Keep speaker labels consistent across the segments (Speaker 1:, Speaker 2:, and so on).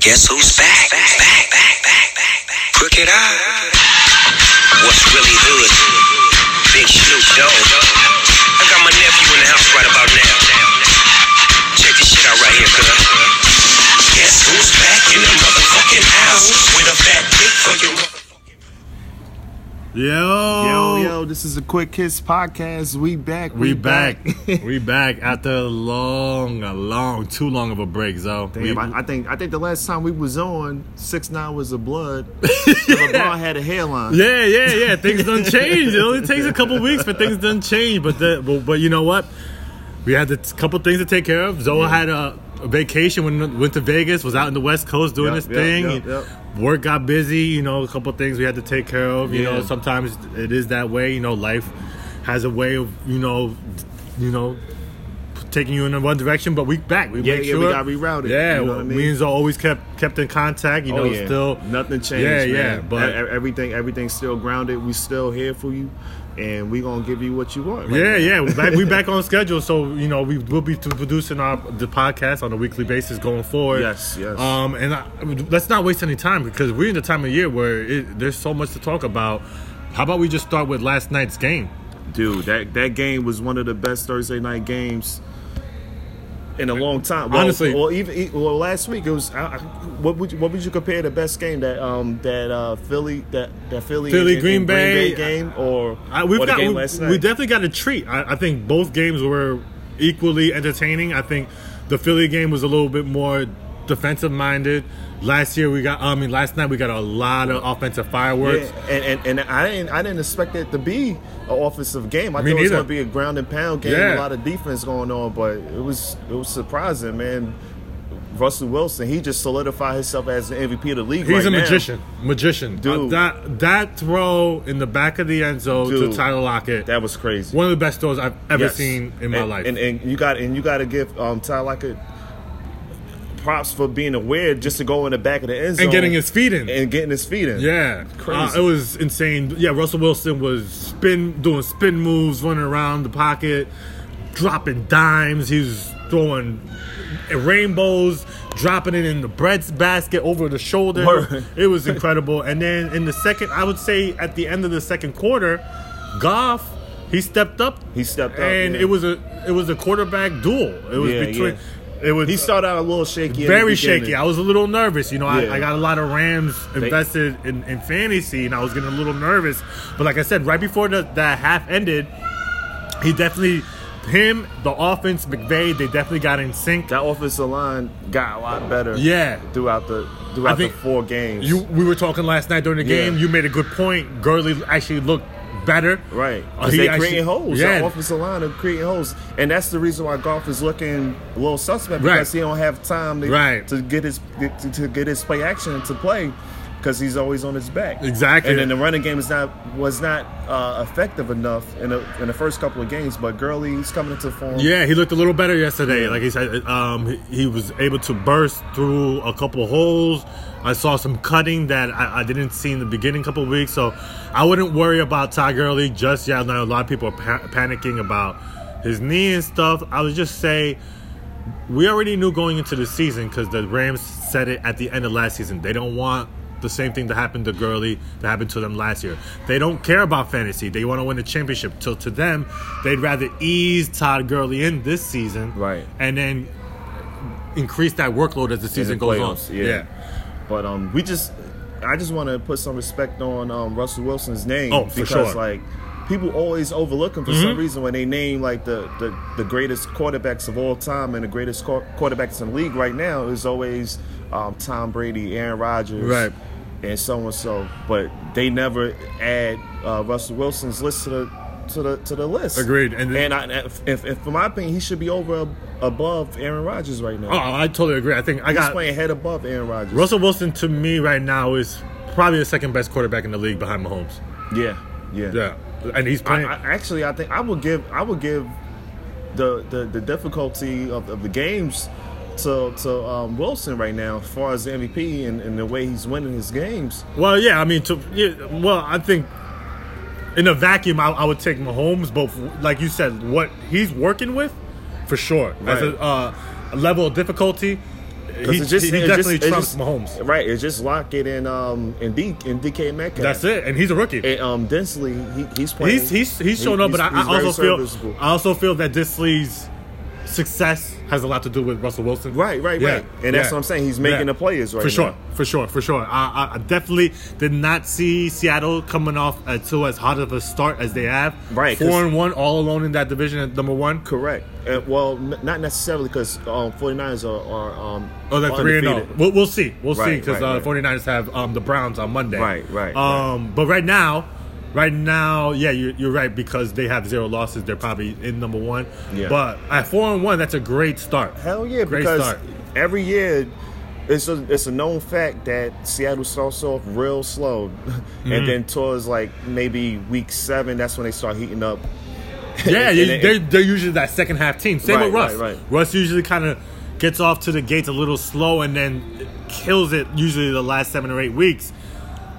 Speaker 1: Guess who's back? back, back, back, back, back. Crooked Eye. What's really hood? Big Snoop Dogg. I got my nephew in the house right about now. Check this shit out right here, cuz. Guess who's back in the motherfucking house with a fat dick for your
Speaker 2: Yo,
Speaker 3: Yo, yo, this is a Quick Kiss podcast. We back.
Speaker 2: we back, we back after a long, a long, too long of a break, Zo.
Speaker 3: Damn,
Speaker 2: we,
Speaker 3: I, I think I think the last time we was on, six nine was of blood. LeBron had a hairline.
Speaker 2: yeah, yeah, yeah. Things done change. It only takes a couple weeks for things done change, but the, but, but you know what? We had a couple things to take care of. Zoa had a, a vacation when went to Vegas. Was out in the West Coast doing
Speaker 3: Yep,
Speaker 2: this
Speaker 3: yep,
Speaker 2: thing.
Speaker 3: yep, yep.
Speaker 2: Work got busy. You know, a couple things we had to take care of. You know,
Speaker 3: Yeah.
Speaker 2: sometimes it is that way. You know, life has a way of you know, you know, taking you in one direction. But we back. We
Speaker 3: Yeah,
Speaker 2: make
Speaker 3: yeah,
Speaker 2: sure
Speaker 3: we got rerouted,
Speaker 2: Yeah,
Speaker 3: you know what I mean?
Speaker 2: we and Zoe always kept kept in contact. You know,
Speaker 3: Oh, yeah.
Speaker 2: still
Speaker 3: nothing changed.
Speaker 2: Yeah,
Speaker 3: man.
Speaker 2: yeah, but.
Speaker 3: E- e- everything everything's still grounded. We still here for you, and we gonna give you what you want. right
Speaker 2: yeah,
Speaker 3: now.
Speaker 2: yeah, we're back, we back on schedule. So you know we will be t- producing our the podcast on a weekly basis going forward.
Speaker 3: Yes, yes.
Speaker 2: Um, and I, let's not waste any time because we're in the time of year where it, there's so much to talk about. How about we just start with last night's game?
Speaker 3: dude. That that game was one of the best Thursday night games in a long time. Well,
Speaker 2: Honestly.
Speaker 3: well, even e- well, last week it was. I, I, what would you, what would you compare the best game that um that uh Philly that that Philly
Speaker 2: Philly,
Speaker 3: and-
Speaker 2: Green
Speaker 3: and
Speaker 2: Bay.
Speaker 3: game or,
Speaker 2: I, we've
Speaker 3: or the
Speaker 2: got
Speaker 3: game
Speaker 2: we,
Speaker 3: last
Speaker 2: we
Speaker 3: night?
Speaker 2: definitely got a treat. I, I think both games were equally entertaining. I think the Philly game was a little bit more defensive minded. Last year we got I mean last night we got a lot of offensive fireworks.
Speaker 3: Yeah, and, and and I didn't I didn't expect it to be an offensive game. I
Speaker 2: Me
Speaker 3: thought it was
Speaker 2: neither.
Speaker 3: going to be a ground and pound game,
Speaker 2: Yeah.
Speaker 3: a lot of defense going on, but it was it was surprising, man. Russell Wilson, he just solidified himself as the MVP of the league.
Speaker 2: He's
Speaker 3: right
Speaker 2: a
Speaker 3: now.
Speaker 2: magician. Magician. Uh,
Speaker 3: Dude.
Speaker 2: that that throw in the back of the end zone
Speaker 3: Dude.
Speaker 2: to Tyler Lockett.
Speaker 3: That was crazy.
Speaker 2: one of the best throws I've ever
Speaker 3: Yes.
Speaker 2: seen in my
Speaker 3: And-
Speaker 2: life.
Speaker 3: And, and you got and you got to give um, Ty Lockett props for being aware just to go in the back of the end zone
Speaker 2: And getting his feet in.
Speaker 3: and getting his feet in.
Speaker 2: yeah.
Speaker 3: Crazy.
Speaker 2: Uh, it was insane. Yeah, Russell Wilson was spin doing spin moves, running around the pocket, dropping dimes. He was throwing rainbows, dropping it in the bread's basket over the shoulder.
Speaker 3: Word.
Speaker 2: It was incredible. And then in the second, I would say at the end of the second quarter, Goff he stepped up.
Speaker 3: He stepped up,
Speaker 2: and
Speaker 3: yeah.
Speaker 2: it was a it was a quarterback duel. It was
Speaker 3: Yeah,
Speaker 2: between it was
Speaker 3: He started out a little shaky. in the
Speaker 2: very
Speaker 3: beginning.
Speaker 2: shaky. I was a little nervous. You know,
Speaker 3: Yeah.
Speaker 2: I, I got a lot of Rams invested in, in fantasy, and I was getting a little nervous. But like I said, right before the, that half ended, he definitely. Him, the offense, McVay, they definitely got in sync.
Speaker 3: That offensive line got a lot better.
Speaker 2: Yeah.
Speaker 3: Throughout the throughout
Speaker 2: I think
Speaker 3: the four games.
Speaker 2: You, we were talking last night during the
Speaker 3: Yeah.
Speaker 2: game. You made a good point. Gurley actually looked better.
Speaker 3: right.
Speaker 2: Uh,
Speaker 3: 'Cause
Speaker 2: he
Speaker 3: they
Speaker 2: actually-
Speaker 3: creating holes.
Speaker 2: Yeah.
Speaker 3: The offensive line are creating holes. And that's the reason why golf is looking a little suspect
Speaker 2: Right.
Speaker 3: because he don't have time to,
Speaker 2: Right.
Speaker 3: to get his to, to get his play action to play because he's always on his back.
Speaker 2: Exactly.
Speaker 3: And then the running game is not was not uh, effective enough in the in the first couple of games, but Gurley's coming into form.
Speaker 2: Yeah, he looked a little better yesterday.
Speaker 3: Uh, Yeah.
Speaker 2: Like he said, um, he, he was able to burst through a couple holes. I saw some cutting that I, I didn't see in the beginning couple weeks, so I wouldn't worry about Ty Gurley just yet. I know a lot of people are pa- panicking about his knee and stuff. I would just say we already knew going into the season because the Rams said it at the end of last season. They don't want the same thing to happen to Gurley that happened to them last year. They don't care about fantasy. They want to win the championship. So to them, they'd rather ease Todd Gurley in this season,
Speaker 3: Right.
Speaker 2: and then increase that workload as the season
Speaker 3: the
Speaker 2: goes
Speaker 3: playoffs,
Speaker 2: on.
Speaker 3: yeah. But um, we just, I just want to put some respect on um, Russell Wilson's name.
Speaker 2: Oh, for
Speaker 3: because,
Speaker 2: sure. Mm-hmm.
Speaker 3: Like people always overlook him for some reason when they name like the, the the greatest quarterbacks of all time and the greatest qu- quarterbacks in the league right now is always um, Tom Brady, Aaron Rodgers,
Speaker 2: Right.
Speaker 3: and so and so. But they never add uh, Russell Wilson's list to the. To the, to the list.
Speaker 2: Agreed. And
Speaker 3: And,
Speaker 2: then-
Speaker 3: I, if, if, for my opinion, he should be over ab- above Aaron Rodgers right now.
Speaker 2: Oh, I totally agree. I think I
Speaker 3: He's
Speaker 2: got
Speaker 3: playing head above Aaron Rodgers.
Speaker 2: Russell Wilson to me right now is probably the second best quarterback in the league behind Mahomes.
Speaker 3: Yeah, yeah.
Speaker 2: Yeah, and he's
Speaker 3: I,
Speaker 2: playing.
Speaker 3: I, actually, I think I would give I would give the the, the difficulty of, of the games to to um, Wilson right now, as far as the MVP and, and the way he's winning his games.
Speaker 2: Well, yeah, I mean, to, yeah, well, I think in a vacuum, I, I would take Mahomes, but like you said, what he's working with, for sure, as
Speaker 3: Right.
Speaker 2: a, uh, a level of difficulty, He,
Speaker 3: it's just-
Speaker 2: he
Speaker 3: it's
Speaker 2: definitely
Speaker 3: just- it's
Speaker 2: trumps
Speaker 3: just-
Speaker 2: Mahomes.
Speaker 3: Right, it's just Lockett and um and, D, and DK Metcalf.
Speaker 2: That's it, and he's a rookie.
Speaker 3: And, um, Densley, he, he's playing.
Speaker 2: he's he's he's shown up, but I, I
Speaker 3: he's very
Speaker 2: also feel
Speaker 3: serviceable.
Speaker 2: I also feel that Disley's success has a lot to do with Russell Wilson.
Speaker 3: Right, right,
Speaker 2: Yeah,
Speaker 3: right. And that's
Speaker 2: yeah,
Speaker 3: what I'm saying. He's making
Speaker 2: yeah.
Speaker 3: the players right
Speaker 2: for sure,
Speaker 3: now.
Speaker 2: for sure, for sure. I, I- I definitely did not see Seattle coming off uh, to as hot of a start as they have.
Speaker 3: Right, 'cause-
Speaker 2: four and one, all alone in that division at number one.
Speaker 3: Correct. Uh, well, n- not necessarily because um, 49ers are, are um,
Speaker 2: Oh, they're three and zero.
Speaker 3: undefeated.
Speaker 2: We'll, we'll see. We'll see
Speaker 3: Right,
Speaker 2: because
Speaker 3: right,
Speaker 2: uh,
Speaker 3: right.
Speaker 2: 49ers have um, the Browns on Monday.
Speaker 3: Right, right,
Speaker 2: Um, But right now, right now, yeah, you're, you're right because they have zero losses. They're probably in number one.
Speaker 3: Yeah.
Speaker 2: But at four and one, that's a great start.
Speaker 3: Hell yeah,
Speaker 2: Great
Speaker 3: because
Speaker 2: start.
Speaker 3: every year it's a, it's a known fact that Seattle starts off real slow,
Speaker 2: Mm-hmm.
Speaker 3: and then towards like maybe week seven, that's when they start heating up.
Speaker 2: Yeah,
Speaker 3: And
Speaker 2: you-
Speaker 3: it-
Speaker 2: they're, they're usually that second half team. Same
Speaker 3: Right,
Speaker 2: with Russ.
Speaker 3: right, right.
Speaker 2: Russ usually kind of gets off to the gates a little slow and then kills it usually the last seven or eight weeks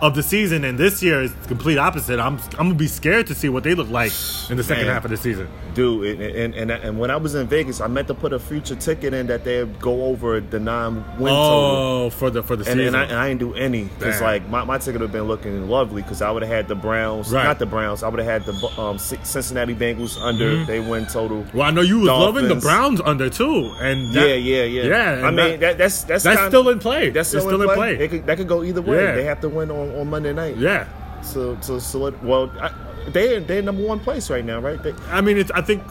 Speaker 2: of the season. And this year is the complete opposite. I'm I'm gonna be scared to see what they look like in the second
Speaker 3: Man.
Speaker 2: half of the season.
Speaker 3: Dude, and, and and and when I was in Vegas, I meant to put a future ticket in that they go over the non-win total.
Speaker 2: Oh, for the for the
Speaker 3: And,
Speaker 2: season.
Speaker 3: and, I, and I didn't do any because
Speaker 2: Damn.
Speaker 3: like my, my ticket would have been looking lovely because I would have had the Browns,
Speaker 2: Right.
Speaker 3: not the Browns, I would have had the um, C- Cincinnati Bengals under
Speaker 2: Mm-hmm.
Speaker 3: they win total.
Speaker 2: well, I know you was loving the
Speaker 3: Dolphins.
Speaker 2: Browns under too, and that-
Speaker 3: yeah, yeah, yeah.
Speaker 2: yeah. and
Speaker 3: I mean that, that's that's
Speaker 2: that's
Speaker 3: kinda-
Speaker 2: still in play.
Speaker 3: That's still, in, play. They could, that could go either way.
Speaker 2: Yeah.
Speaker 3: They have to win on, on Monday night.
Speaker 2: yeah.
Speaker 3: So so so what, well, I, they they're number one place right now, right? They,
Speaker 2: I mean, it's I think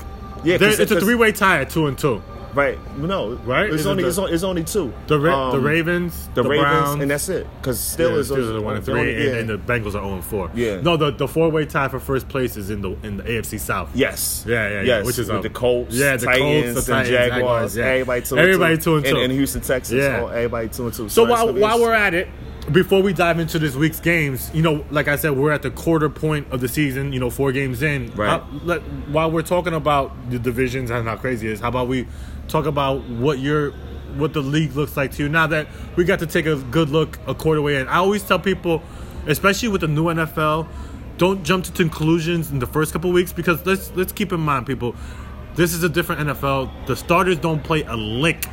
Speaker 3: Yeah,
Speaker 2: there-
Speaker 3: 'cause-
Speaker 2: it's a
Speaker 3: 'cause-
Speaker 2: three way tie at two and two.
Speaker 3: right? No,
Speaker 2: Right?
Speaker 3: It's
Speaker 2: Isn't
Speaker 3: only
Speaker 2: the-
Speaker 3: it's, on, it's only two.
Speaker 2: The Ra- the
Speaker 3: Um,
Speaker 2: Ravens,
Speaker 3: the, Ravens,
Speaker 2: Browns,
Speaker 3: and that's it. Because
Speaker 2: Yeah,
Speaker 3: Steelers,
Speaker 2: Steelers are one and
Speaker 3: they
Speaker 2: three,
Speaker 3: only-
Speaker 2: and, and the Bengals are zero and four.
Speaker 3: Yeah.
Speaker 2: No, the, the four way tie for first place is in the in the AFC South.
Speaker 3: Yes.
Speaker 2: Yeah, yeah, yeah,
Speaker 3: Yes.
Speaker 2: which is
Speaker 3: with
Speaker 2: up.
Speaker 3: the Colts,
Speaker 2: Yeah, the Colts,
Speaker 3: Titans,
Speaker 2: the Titans,
Speaker 3: and Jaguars.
Speaker 2: Jaguars, yeah.
Speaker 3: Everybody two and
Speaker 2: Everybody
Speaker 3: two.
Speaker 2: two and two.
Speaker 3: And, Houston, Texas.
Speaker 2: Yeah.
Speaker 3: Oh, everybody two and two.
Speaker 2: So
Speaker 3: it's
Speaker 2: while
Speaker 3: gonna be
Speaker 2: while we're at it, before we dive into this week's games, you know, like I said, we're at the quarter point of the season. You know, four games in.
Speaker 3: Right.
Speaker 2: How- let- while we're talking about the divisions and how crazy it is, how about we talk about what your what the league looks like to you now that we got to take a good look a quarter way in. I always tell people, especially with the new NFL, don't jump to conclusions in the first couple weeks because let's let's keep in mind, people, this is a different NFL. The starters don't play a lick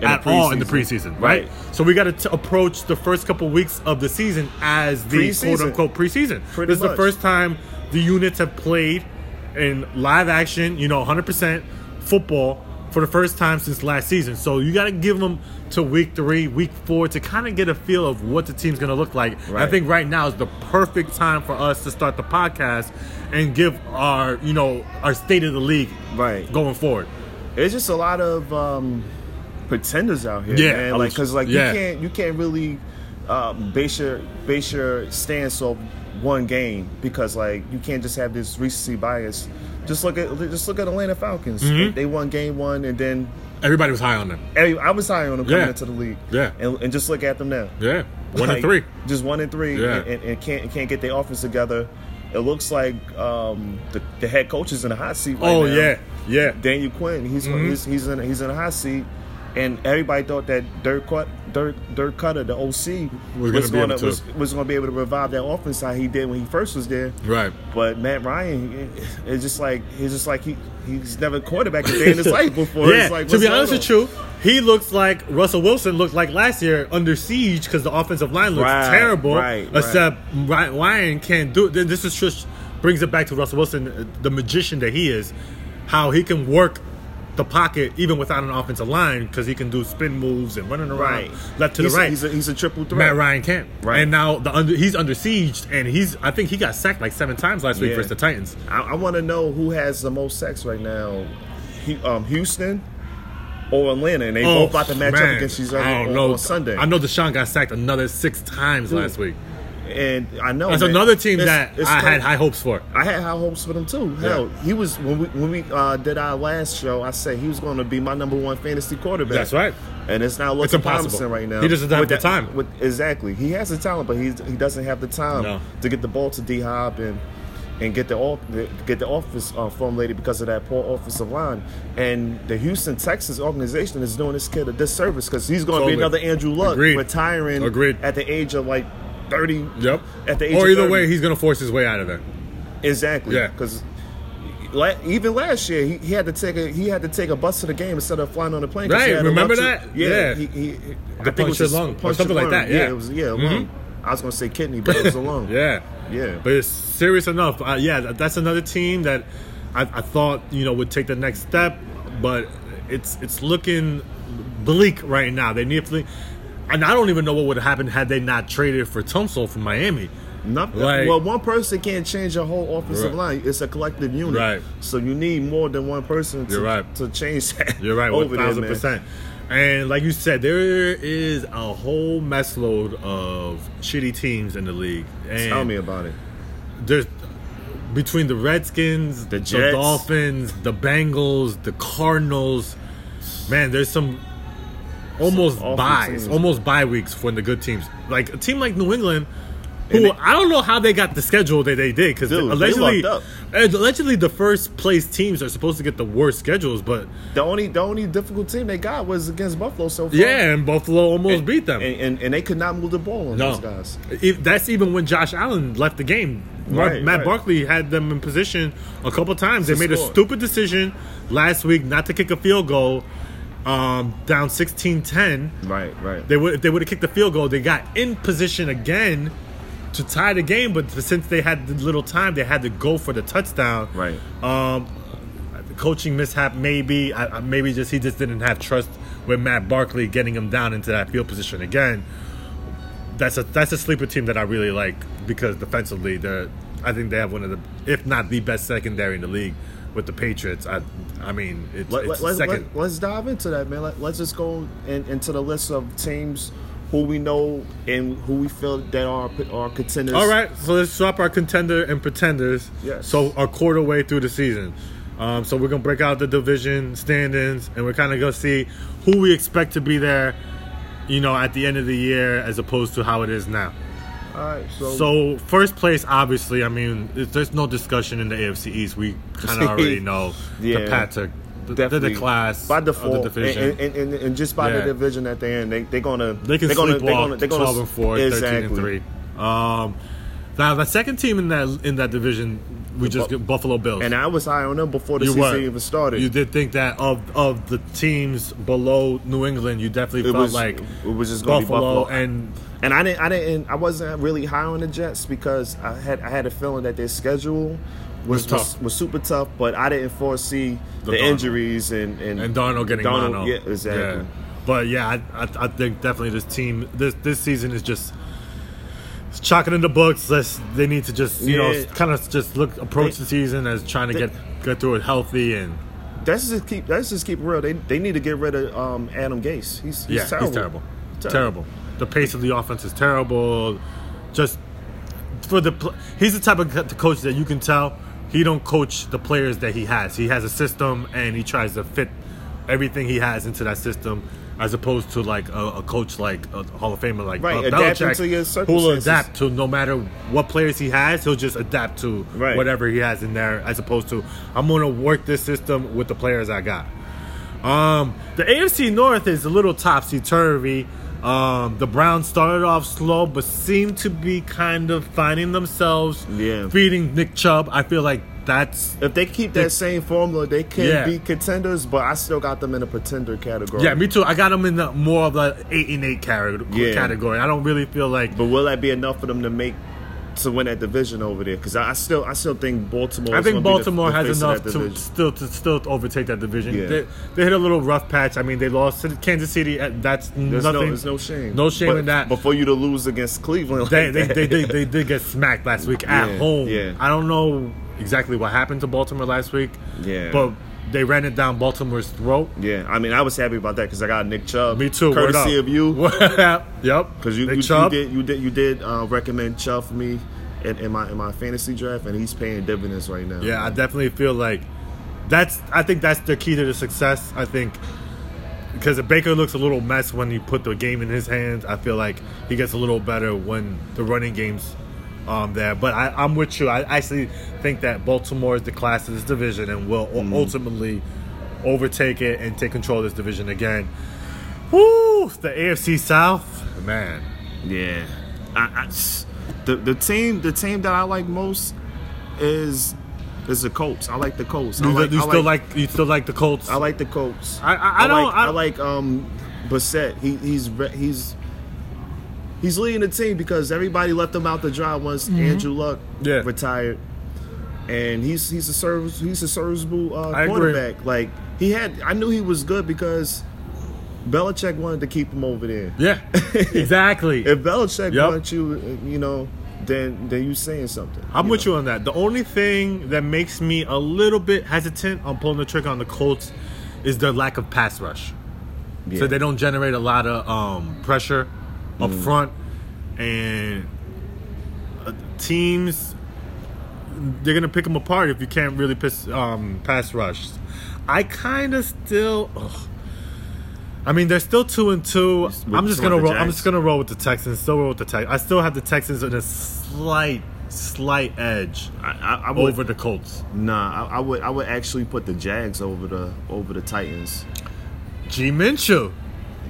Speaker 3: In the
Speaker 2: at all in the
Speaker 3: preseason.
Speaker 2: preseason, right?
Speaker 3: Right.
Speaker 2: So we got to approach the first couple weeks of the season as the
Speaker 3: Preseason.
Speaker 2: quote unquote preseason.
Speaker 3: Pretty
Speaker 2: this is the
Speaker 3: much.
Speaker 2: first time the units have played in live action, you know, 100% football for the first time since last season. So you got to give them to week three, week four to kind of get a feel of what the team's going to look like. I
Speaker 3: Right.
Speaker 2: think right now is the perfect time for us to start the podcast and give our, you know, our state of the league
Speaker 3: Right.
Speaker 2: going forward.
Speaker 3: It's just a lot of um, pretenders out here,
Speaker 2: Yeah, I
Speaker 3: man.
Speaker 2: was-
Speaker 3: Like, cause like
Speaker 2: yeah.
Speaker 3: you can't you can't really um, base your base your stance off one game because like you can't just have this recency bias. Just look at just look at Atlanta Falcons.
Speaker 2: Mm-hmm.
Speaker 3: They won game one, and then
Speaker 2: Everybody was high on them.
Speaker 3: every, I was high on them coming
Speaker 2: Yeah.
Speaker 3: into the league.
Speaker 2: Yeah.
Speaker 3: and, and just look at them now.
Speaker 2: Yeah. One
Speaker 3: Like,
Speaker 2: and three.
Speaker 3: Just one and three,
Speaker 2: Yeah.
Speaker 3: and, and, and can't can't get their offense together. It looks like um, the, the head coach is in a hot seat. Right
Speaker 2: Oh
Speaker 3: now.
Speaker 2: yeah, Mm-hmm. yeah.
Speaker 3: Daniel Quinn. He's he's he's in he's in a hot seat, and everybody thought that Dirk Cut Dirk Dirk Cutter, the OC,
Speaker 2: Was gonna
Speaker 3: was,
Speaker 2: be
Speaker 3: gonna
Speaker 2: able to.
Speaker 3: was, was gonna be able to revive that offense how he did when he first was there.
Speaker 2: Right.
Speaker 3: But Matt Ryan, it- it's just like he's just like he he's never quarterbacked a day in his life before.
Speaker 2: yeah.
Speaker 3: It's like,
Speaker 2: to
Speaker 3: what's
Speaker 2: be
Speaker 3: going
Speaker 2: honest
Speaker 3: on?
Speaker 2: with you, he looks like Russell Wilson looked like last year under siege because the offensive line looks
Speaker 3: Right,
Speaker 2: terrible.
Speaker 3: right,
Speaker 2: except Ry- Ryan can't do it. Then This is just brings it back to Russell Wilson, uh, the magician that he is, how he can work. The pocket, even without an offensive line, because he can do spin moves and running around
Speaker 3: right?
Speaker 2: left to
Speaker 3: he's,
Speaker 2: the right.
Speaker 3: he's a, he's a triple threat.
Speaker 2: Matt Ryan can't.
Speaker 3: Right.
Speaker 2: And now the under, he's under siege, and he's I think he got sacked like seven times last week
Speaker 3: Yeah.
Speaker 2: versus the Titans.
Speaker 3: I, I want to know who has the most sex right now, he, um, Houston or Atlanta, and they both about to match
Speaker 2: Oh, man.
Speaker 3: up against each other
Speaker 2: I don't
Speaker 3: on,
Speaker 2: know.
Speaker 3: on Sunday.
Speaker 2: I know Deshaun got sacked another six times last week.
Speaker 3: and I know
Speaker 2: That's
Speaker 3: man,
Speaker 2: another team
Speaker 3: it's-
Speaker 2: that
Speaker 3: it's
Speaker 2: I had
Speaker 3: crazy.
Speaker 2: high hopes for.
Speaker 3: I had high hopes for them too. Hell, he was when we when we uh, did our last show. I said he was going to be my number one fantasy quarterback.
Speaker 2: That's right.
Speaker 3: and it's not looking
Speaker 2: impossible.
Speaker 3: promising right now.
Speaker 2: He doesn't have
Speaker 3: With
Speaker 2: the
Speaker 3: that-
Speaker 2: time.
Speaker 3: With, exactly, he has the talent, but he he doesn't have the time
Speaker 2: No.
Speaker 3: to get the ball to D Hop and and get the off get the office uh, formulated because of that poor offensive line. And the Houston Texas organization is doing this kid a disservice because he's going to
Speaker 2: Totally.
Speaker 3: be another Andrew Luck
Speaker 2: Agreed.
Speaker 3: retiring
Speaker 2: Agreed.
Speaker 3: at the age of like thirty.
Speaker 2: Yep.
Speaker 3: At the age
Speaker 2: or
Speaker 3: of
Speaker 2: either
Speaker 3: 30.
Speaker 2: way, he's gonna force his way out of there.
Speaker 3: Exactly.
Speaker 2: Yeah.
Speaker 3: Because la- even last year he, he had to take a he had to take a bus to the game instead of flying on the plane. 'cause he
Speaker 2: Right,
Speaker 3: had a
Speaker 2: remember
Speaker 3: ruptured-
Speaker 2: that? Yeah.
Speaker 3: he, he, he- I
Speaker 2: punched his lung or
Speaker 3: punched
Speaker 2: something
Speaker 3: his
Speaker 2: like that,
Speaker 3: lung.
Speaker 2: yeah.
Speaker 3: it was yeah,
Speaker 2: Mhm.
Speaker 3: lung. I was gonna say kidney, but it was a lung.
Speaker 2: Yeah.
Speaker 3: yeah.
Speaker 2: But it's serious enough. Uh, yeah, that- that's another team that I, I thought you know would take the next step, but it's it's looking bleak right now. They need, to- and I don't even know what would have happened had they not traded for Tunsil from Miami.
Speaker 3: Nothing.
Speaker 2: Like-
Speaker 3: well, one person can't change a whole offensive
Speaker 2: Right.
Speaker 3: line. It's a collective unit.
Speaker 2: Right.
Speaker 3: So you need more than one person to,
Speaker 2: You're right.
Speaker 3: to change that.
Speaker 2: You're right,
Speaker 3: over
Speaker 2: one
Speaker 3: there,
Speaker 2: thousand
Speaker 3: man.
Speaker 2: percent. And like you said, there is a whole mess load of shitty teams in the league. And
Speaker 3: Tell me about it.
Speaker 2: there's between the Redskins, the,
Speaker 3: Jets.
Speaker 2: Dolphins, the Bengals, the Cardinals. Man, there's some almost
Speaker 3: awful
Speaker 2: buys,
Speaker 3: teams.
Speaker 2: almost bye weeks for the good teams. Like a team like New England,
Speaker 3: And
Speaker 2: who
Speaker 3: they-
Speaker 2: I don't know how they got the schedule that they did because
Speaker 3: Dude, they
Speaker 2: allegedly,
Speaker 3: lucked up.
Speaker 2: and allegedly the first place teams are supposed to get the worst schedules, but
Speaker 3: The only the only difficult team they got was against Buffalo so far.
Speaker 2: yeah, and Buffalo almost beat them.
Speaker 3: And, and and they could not move the ball on
Speaker 2: No.
Speaker 3: those guys.
Speaker 2: If- that's even when Josh Allen left the game. Mark,
Speaker 3: Right,
Speaker 2: Matt
Speaker 3: right.
Speaker 2: Barkley had them in position a couple times. They
Speaker 3: To
Speaker 2: made
Speaker 3: score.
Speaker 2: a stupid decision last week not to kick a field goal um, down 16 10.
Speaker 3: Right, right.
Speaker 2: They would, if they would have kicked the field goal, they got in position again to tie the game. But since they had the little time, they had to go for the touchdown.
Speaker 3: Right.
Speaker 2: Um, coaching mishap, maybe. I, I- maybe just he just didn't have trust with Matt Barkley getting him down into that field position again. That's a that's a sleeper team that I really like because defensively, they're I think they have one of the if not the best secondary in the league with the Patriots. I I mean it's,
Speaker 3: let,
Speaker 2: it's
Speaker 3: let, let,
Speaker 2: second.
Speaker 3: us dive into that, man. Let, let's just go in, into the list of teams who we know and who we feel that are are contenders.
Speaker 2: All right, so let's drop our contender and pretenders.
Speaker 3: Yes.
Speaker 2: So our quarter way through the season. Um, so we're gonna break out the division standings, and we're kind of gonna see who we expect to be there, you know, at the end of the year, as opposed to how it is now.
Speaker 3: All right. So,
Speaker 2: So first place, obviously, I mean, it- there's no discussion in the AFC East. We kind of already know
Speaker 3: Yeah.
Speaker 2: the Patrick, the, they're
Speaker 3: definitely
Speaker 2: the class
Speaker 3: by
Speaker 2: of
Speaker 3: default,
Speaker 2: the division.
Speaker 3: And, and, and, and just by
Speaker 2: Yeah.
Speaker 3: the division at the end, they they're gonna
Speaker 2: They can
Speaker 3: are gonna,
Speaker 2: sleepwalk
Speaker 3: they're gonna, they're gonna,
Speaker 2: 12 and 4, 13 and 3. Um, now, the second team in that in that division, we just
Speaker 3: Bu-
Speaker 2: get Buffalo Bills.
Speaker 3: And I was high on them before the
Speaker 2: You
Speaker 3: season
Speaker 2: were.
Speaker 3: even started.
Speaker 2: You did think that of of the teams below New England, you definitely
Speaker 3: It
Speaker 2: felt
Speaker 3: was
Speaker 2: like
Speaker 3: it was just gonna
Speaker 2: Buffalo,
Speaker 3: be Buffalo
Speaker 2: and
Speaker 3: And I didn't, I didn't, I wasn't really high on the Jets because I had, I had a feeling that their schedule was was,
Speaker 2: tough.
Speaker 3: was, super tough. But I didn't foresee
Speaker 2: The
Speaker 3: the,
Speaker 2: Darnold.
Speaker 3: injuries and and,
Speaker 2: and Darnold getting
Speaker 3: Darnold-
Speaker 2: mono.
Speaker 3: Yeah, exactly.
Speaker 2: Yeah. But yeah, I, I, I think definitely this team this this season is just it's chalking in the books. Let's, they need to just you
Speaker 3: Yeah.
Speaker 2: know kind of just look approach
Speaker 3: They-
Speaker 2: the season as trying to
Speaker 3: they-
Speaker 2: get get through it healthy and
Speaker 3: That's just keep. That's just keep it real. They they need to get rid of um, Adam Gase. He's, he's
Speaker 2: yeah,
Speaker 3: terrible.
Speaker 2: he's terrible.
Speaker 3: Ter-
Speaker 2: Terrible. The pace of the offense is terrible. Just for the pl- he's the type of co- coach that you can tell he don't coach the players that he has. He has a system and he tries to fit everything he has into that system. As opposed to like a, a coach like a Hall of Famer like
Speaker 3: Right,
Speaker 2: uh,
Speaker 3: adapting
Speaker 2: Belichick,
Speaker 3: to your
Speaker 2: who will
Speaker 3: circumstances.
Speaker 2: adapt to no matter what players he has, he'll just adapt to
Speaker 3: Right.
Speaker 2: whatever he has in there. As opposed to I'm gonna work this system with the players I got. Um, the AFC North is a little topsy turvy. Um, the Browns started off slow, but seem to be kind of finding themselves.
Speaker 3: Yeah.
Speaker 2: Feeding Nick Chubb, I feel like that's
Speaker 3: If they keep that same formula, they can
Speaker 2: Yeah.
Speaker 3: be contenders. But I still got them in a pretender category.
Speaker 2: yeah, me too. I got them in the more of the eight and eight category.
Speaker 3: Yeah.
Speaker 2: category. I don't really feel like
Speaker 3: But will that be enough for them to make to win that division over there? Because I, I still I still think Baltimore.
Speaker 2: I
Speaker 3: is
Speaker 2: think
Speaker 3: gonna be the-
Speaker 2: Baltimore
Speaker 3: the face
Speaker 2: has
Speaker 3: of
Speaker 2: enough
Speaker 3: that
Speaker 2: to
Speaker 3: division.
Speaker 2: still to still overtake that division.
Speaker 3: Yeah.
Speaker 2: They, they hit a little rough patch. I mean, they lost to Kansas City. uh, That's
Speaker 3: There's
Speaker 2: nothing.
Speaker 3: no, there's no shame.
Speaker 2: No shame
Speaker 3: But
Speaker 2: in that.
Speaker 3: Before you to lose against Cleveland, like
Speaker 2: they, they,
Speaker 3: that.
Speaker 2: they, they, they did get smacked last week at
Speaker 3: Yeah,
Speaker 2: home.
Speaker 3: yeah.
Speaker 2: I don't know exactly what happened to Baltimore last week.
Speaker 3: Yeah.
Speaker 2: But they ran it down Baltimore's throat.
Speaker 3: yeah, I mean, I was happy about that because I got Nick Chubb.
Speaker 2: Me too. word
Speaker 3: Courtesy
Speaker 2: up.
Speaker 3: of you,
Speaker 2: yep.
Speaker 3: because you,
Speaker 2: Nick
Speaker 3: you, you
Speaker 2: Chubb.
Speaker 3: did you did you did uh, recommend Chubb for me in, in my in my fantasy draft, and he's paying dividends right now.
Speaker 2: Yeah, I definitely feel like that's. I think that's the key to the success. I think because Baker looks a little mess when you put the game in his hands. I feel like he gets a little better when the running games um there. But I, I'm with you. I actually think that Baltimore is the class of this division and will u- ultimately overtake it and take control of this division again. Woo! The AFC South, man.
Speaker 3: Yeah, I, I- the the team the team that I like most is It's the Colts. I like the Colts.
Speaker 2: You,
Speaker 3: I like,
Speaker 2: you
Speaker 3: I
Speaker 2: still like, you still like the Colts.
Speaker 3: I like the Colts.
Speaker 2: I- I- I don't-
Speaker 3: like,
Speaker 2: I-
Speaker 3: I, like um, Bissett. He he's re- he's he's leading the team because everybody left him out to dry once Andrew Luck
Speaker 2: Mm-hmm. Yeah.
Speaker 3: retired, and he's he's a service he's a serviceable
Speaker 2: I
Speaker 3: uh,
Speaker 2: agree.
Speaker 3: quarterback. Like he had, I knew he was good because Belichick wanted to keep him over there.
Speaker 2: yeah, exactly.
Speaker 3: If Belichick
Speaker 2: Yep.
Speaker 3: wants you, you know, then then you saying something.
Speaker 2: I'm with you on that. The only thing that makes me a little bit hesitant on pulling the trigger on the Colts is their lack of pass rush.
Speaker 3: Yeah.
Speaker 2: So they don't generate a lot of um, pressure up front, and uh, teams they're gonna pick them apart if you can't really piss, um, pass rush. I kind of still. ugh. I mean, they're still two and two.
Speaker 3: With
Speaker 2: I'm just
Speaker 3: some of
Speaker 2: gonna
Speaker 3: the
Speaker 2: roll. I'm
Speaker 3: Jags.
Speaker 2: just gonna roll with the Texans. Still roll with the Texans. I still have the Texans in a slight, slight edge
Speaker 3: I, I, I would-
Speaker 2: over the Colts.
Speaker 3: Nah, I, I would I would actually put the Jags over the over the Titans.
Speaker 2: G. Minshew,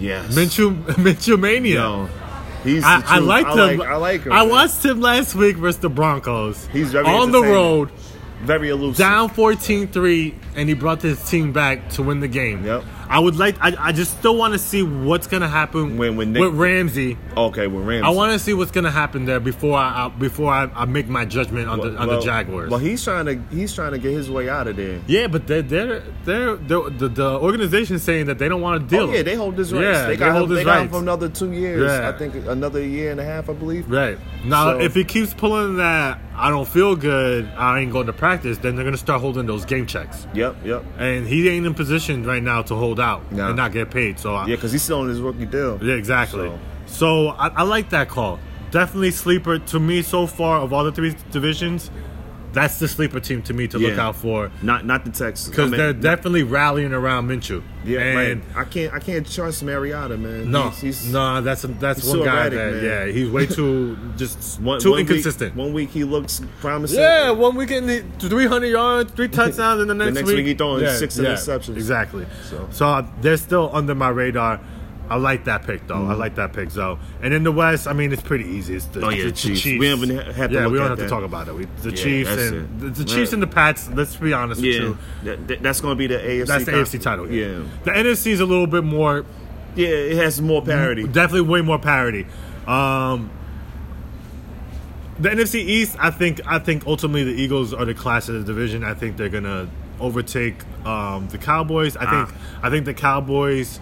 Speaker 3: Yes.
Speaker 2: Minshew, Minshew mania.
Speaker 3: No. He's the
Speaker 2: I, I
Speaker 3: truth.
Speaker 2: liked
Speaker 3: I
Speaker 2: him.
Speaker 3: Like, I like him.
Speaker 2: I
Speaker 3: man.
Speaker 2: watched him last week versus the Broncos.
Speaker 3: He's very
Speaker 2: on the
Speaker 3: entertaining.
Speaker 2: road,
Speaker 3: very elusive.
Speaker 2: down 14-3, and he brought his team back to win the game.
Speaker 3: Yep.
Speaker 2: I would like. I, I just still want to see what's gonna happen
Speaker 3: When- when Nick-
Speaker 2: with Ramsey.
Speaker 3: Okay, with Rams.
Speaker 2: I want to see what's gonna happen there before I, I before I, I make my judgment on the on the Jaguars.
Speaker 3: Well, he's trying to he's trying to get his way out of there.
Speaker 2: yeah, but they're they're, they're, they're the, the organization's saying that they don't want to deal.
Speaker 3: Oh, yeah, they hold his rights.
Speaker 2: Yeah,
Speaker 3: they got
Speaker 2: they
Speaker 3: him,
Speaker 2: hold his
Speaker 3: they got him
Speaker 2: rights.
Speaker 3: for another two years.
Speaker 2: Yeah.
Speaker 3: I think another year and a half, I believe.
Speaker 2: Right. Now,
Speaker 3: So-
Speaker 2: if he keeps pulling that, I don't feel good, I ain't going to practice, then they're going to start holding those game checks.
Speaker 3: Yep, yep.
Speaker 2: And he ain't in position right now to hold out
Speaker 3: No.
Speaker 2: and not get paid. So, I,
Speaker 3: Yeah,
Speaker 2: yeah.
Speaker 3: because he's still on his rookie deal.
Speaker 2: exactly.
Speaker 3: So-
Speaker 2: So, I, I like that call. Definitely sleeper to me so far of all the three divisions. That's the sleeper team to me to look
Speaker 3: Yeah.
Speaker 2: out for
Speaker 3: Not not the Texans.
Speaker 2: because
Speaker 3: I mean,
Speaker 2: they're definitely rallying around Minshew.
Speaker 3: yeah,
Speaker 2: and
Speaker 3: right. I can't I can't trust Mariota, man.
Speaker 2: no,
Speaker 3: he's, he's
Speaker 2: no, that's that's
Speaker 3: he's
Speaker 2: one
Speaker 3: so
Speaker 2: guy
Speaker 3: erratic,
Speaker 2: that
Speaker 3: man.
Speaker 2: yeah, he's way too just
Speaker 3: one,
Speaker 2: too
Speaker 3: one week-
Speaker 2: inconsistent.
Speaker 3: one week he looks promising.
Speaker 2: Yeah, one week in the 300 yards, three touchdowns, and the next,
Speaker 3: next week he throwing six interceptions.
Speaker 2: Exactly. So,
Speaker 3: So-
Speaker 2: they're still under my radar. I like that pick though.
Speaker 3: Mm-hmm.
Speaker 2: I like that pick though. And in the West, I mean, it's pretty easy. It's the,
Speaker 3: Oh, yeah,
Speaker 2: it's the
Speaker 3: Chiefs.
Speaker 2: Chiefs.
Speaker 3: We don't even ha- have to
Speaker 2: yeah,
Speaker 3: look
Speaker 2: we don't
Speaker 3: at
Speaker 2: have to
Speaker 3: that.
Speaker 2: talk about it. We, the
Speaker 3: Yeah,
Speaker 2: Chiefs
Speaker 3: that's
Speaker 2: and
Speaker 3: it.
Speaker 2: the, the Chiefs
Speaker 3: Yeah.
Speaker 2: and the Pats. Let's be honest with
Speaker 3: Yeah,
Speaker 2: you.
Speaker 3: that, that- that's going to be the AFC.
Speaker 2: That's the
Speaker 3: conference.
Speaker 2: AFC title.
Speaker 3: Yeah,
Speaker 2: The NFC is a little bit more
Speaker 3: yeah, it has more parity.
Speaker 2: Definitely way more parity. Um, the NFC East, I think, I think ultimately the Eagles are the class of the division. I think they're gonna overtake um, the Cowboys. I think, I think the Cowboys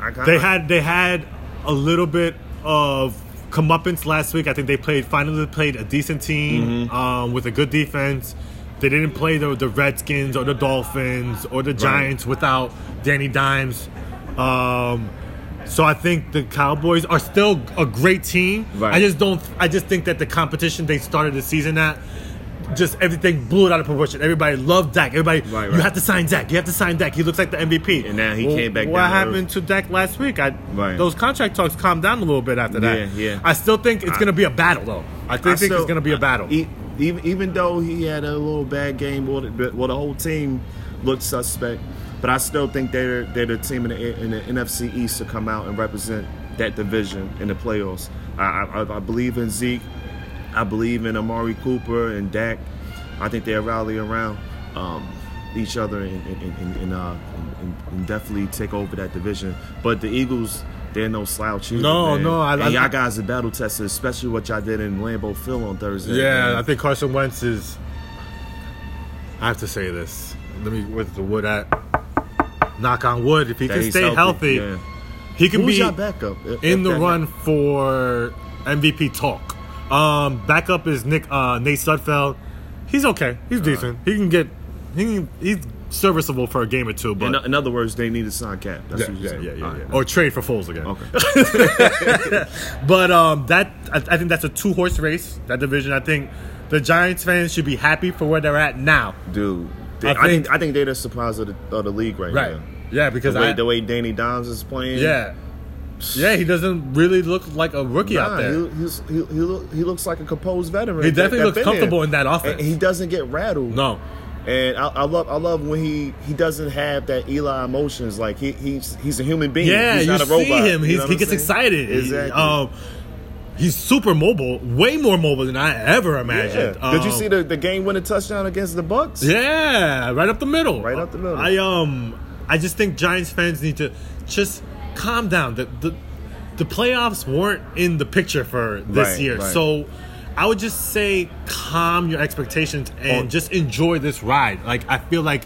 Speaker 3: I got-
Speaker 2: they had they had a little bit of comeuppance last week. I think they played finally played a decent team
Speaker 3: Mm-hmm.
Speaker 2: um, with a good defense. They didn't play the, the Redskins or the Dolphins or the Giants without Danny Dimes. Um, so I think the Cowboys are still a great team.
Speaker 3: Right.
Speaker 2: I just don't. I just think that the competition they started the season at. Just everything blew it out of proportion. Everybody loved Dak. Everybody,
Speaker 3: Right,
Speaker 2: you
Speaker 3: right.
Speaker 2: have to sign Dak. You have to sign Dak. He looks like the MVP.
Speaker 3: And now he came back
Speaker 2: What
Speaker 3: down to earth.
Speaker 2: happened to Dak last week. I
Speaker 3: Right.
Speaker 2: those contract talks calmed down a little bit after that.
Speaker 3: Yeah, yeah.
Speaker 2: I still think it's gonna be a battle though. I
Speaker 3: I
Speaker 2: think, think
Speaker 3: still-
Speaker 2: it's gonna be a battle.
Speaker 3: e- Even even though he had a little bad game, well, the, well, the whole team looked suspect. But I still think they're they're the team in the, in the NFC East to come out and represent that division in the playoffs. I, I- I I believe in Zeke. I believe in Amari Cooper and Dak. I think they'll rally around um, each other and, and, and, and, uh, and, and definitely take over that division. But the Eagles, they're no slouch either.
Speaker 2: No,
Speaker 3: man.
Speaker 2: no, I-
Speaker 3: and
Speaker 2: I-
Speaker 3: y'all guys are battle tested, especially what y'all did in Lambeau Field on Thursday.
Speaker 2: yeah,
Speaker 3: man.
Speaker 2: I think Carson Wentz is. I have to say this. Let me with the wood at. Knock on wood. If he
Speaker 3: That
Speaker 2: can
Speaker 3: he's
Speaker 2: stay healthy,
Speaker 3: yeah.
Speaker 2: he can
Speaker 3: Who's
Speaker 2: be
Speaker 3: y'all backup Uh, if-
Speaker 2: in
Speaker 3: if
Speaker 2: the
Speaker 3: that-
Speaker 2: run for MVP talk. Um, backup is Nick uh, Nate Sudfeld. He's okay. He's decent. He can get. He can, he's serviceable for a game or two, but
Speaker 3: In, in other words, they need a sign cap. That's
Speaker 2: Yeah,
Speaker 3: what
Speaker 2: yeah,
Speaker 3: you're
Speaker 2: yeah,
Speaker 3: saying.
Speaker 2: yeah,
Speaker 3: All
Speaker 2: yeah. Oh.
Speaker 3: right.
Speaker 2: Or trade for Foles again.
Speaker 3: Okay.
Speaker 2: But um, that I, I think that's a two horse race. That division. I think the Giants fans should be happy for where they're at now.
Speaker 3: Dude,
Speaker 2: I
Speaker 3: they, I, think, I
Speaker 2: think-
Speaker 3: think they're the surprise of the, of the league right, now.
Speaker 2: Yeah, because
Speaker 3: The way,
Speaker 2: I.
Speaker 3: the way Danny Dimes is playing.
Speaker 2: yeah. Yeah, he doesn't really look like a rookie
Speaker 3: Nah,
Speaker 2: out there.
Speaker 3: He, he's, he, he, look, he looks like a composed veteran.
Speaker 2: He definitely
Speaker 3: that-
Speaker 2: looks
Speaker 3: that been
Speaker 2: comfortable
Speaker 3: there.
Speaker 2: in that offense.
Speaker 3: And he doesn't get rattled.
Speaker 2: no.
Speaker 3: And I, I love I love when he, he doesn't have that Eli emotions. Like he he's he's a human being.
Speaker 2: Yeah,
Speaker 3: he's
Speaker 2: you
Speaker 3: not a
Speaker 2: see
Speaker 3: robot.
Speaker 2: him.
Speaker 3: You
Speaker 2: He's,
Speaker 3: know what
Speaker 2: he
Speaker 3: I'm
Speaker 2: gets
Speaker 3: saying?
Speaker 2: excited. He-
Speaker 3: Exactly.
Speaker 2: um, He's super mobile, way more mobile than I ever imagined.
Speaker 3: Yeah. Did you
Speaker 2: Um,
Speaker 3: see the, the game winning touchdown against the Bucks?
Speaker 2: Yeah, right up the middle.
Speaker 3: Right up the middle.
Speaker 2: I um, I just think Giants fans need to just calm down. The the, the playoffs weren't in the picture for this
Speaker 3: Right,
Speaker 2: year,
Speaker 3: right.
Speaker 2: so I would just say calm your expectations and
Speaker 3: Oh.
Speaker 2: just enjoy this ride. Like I feel like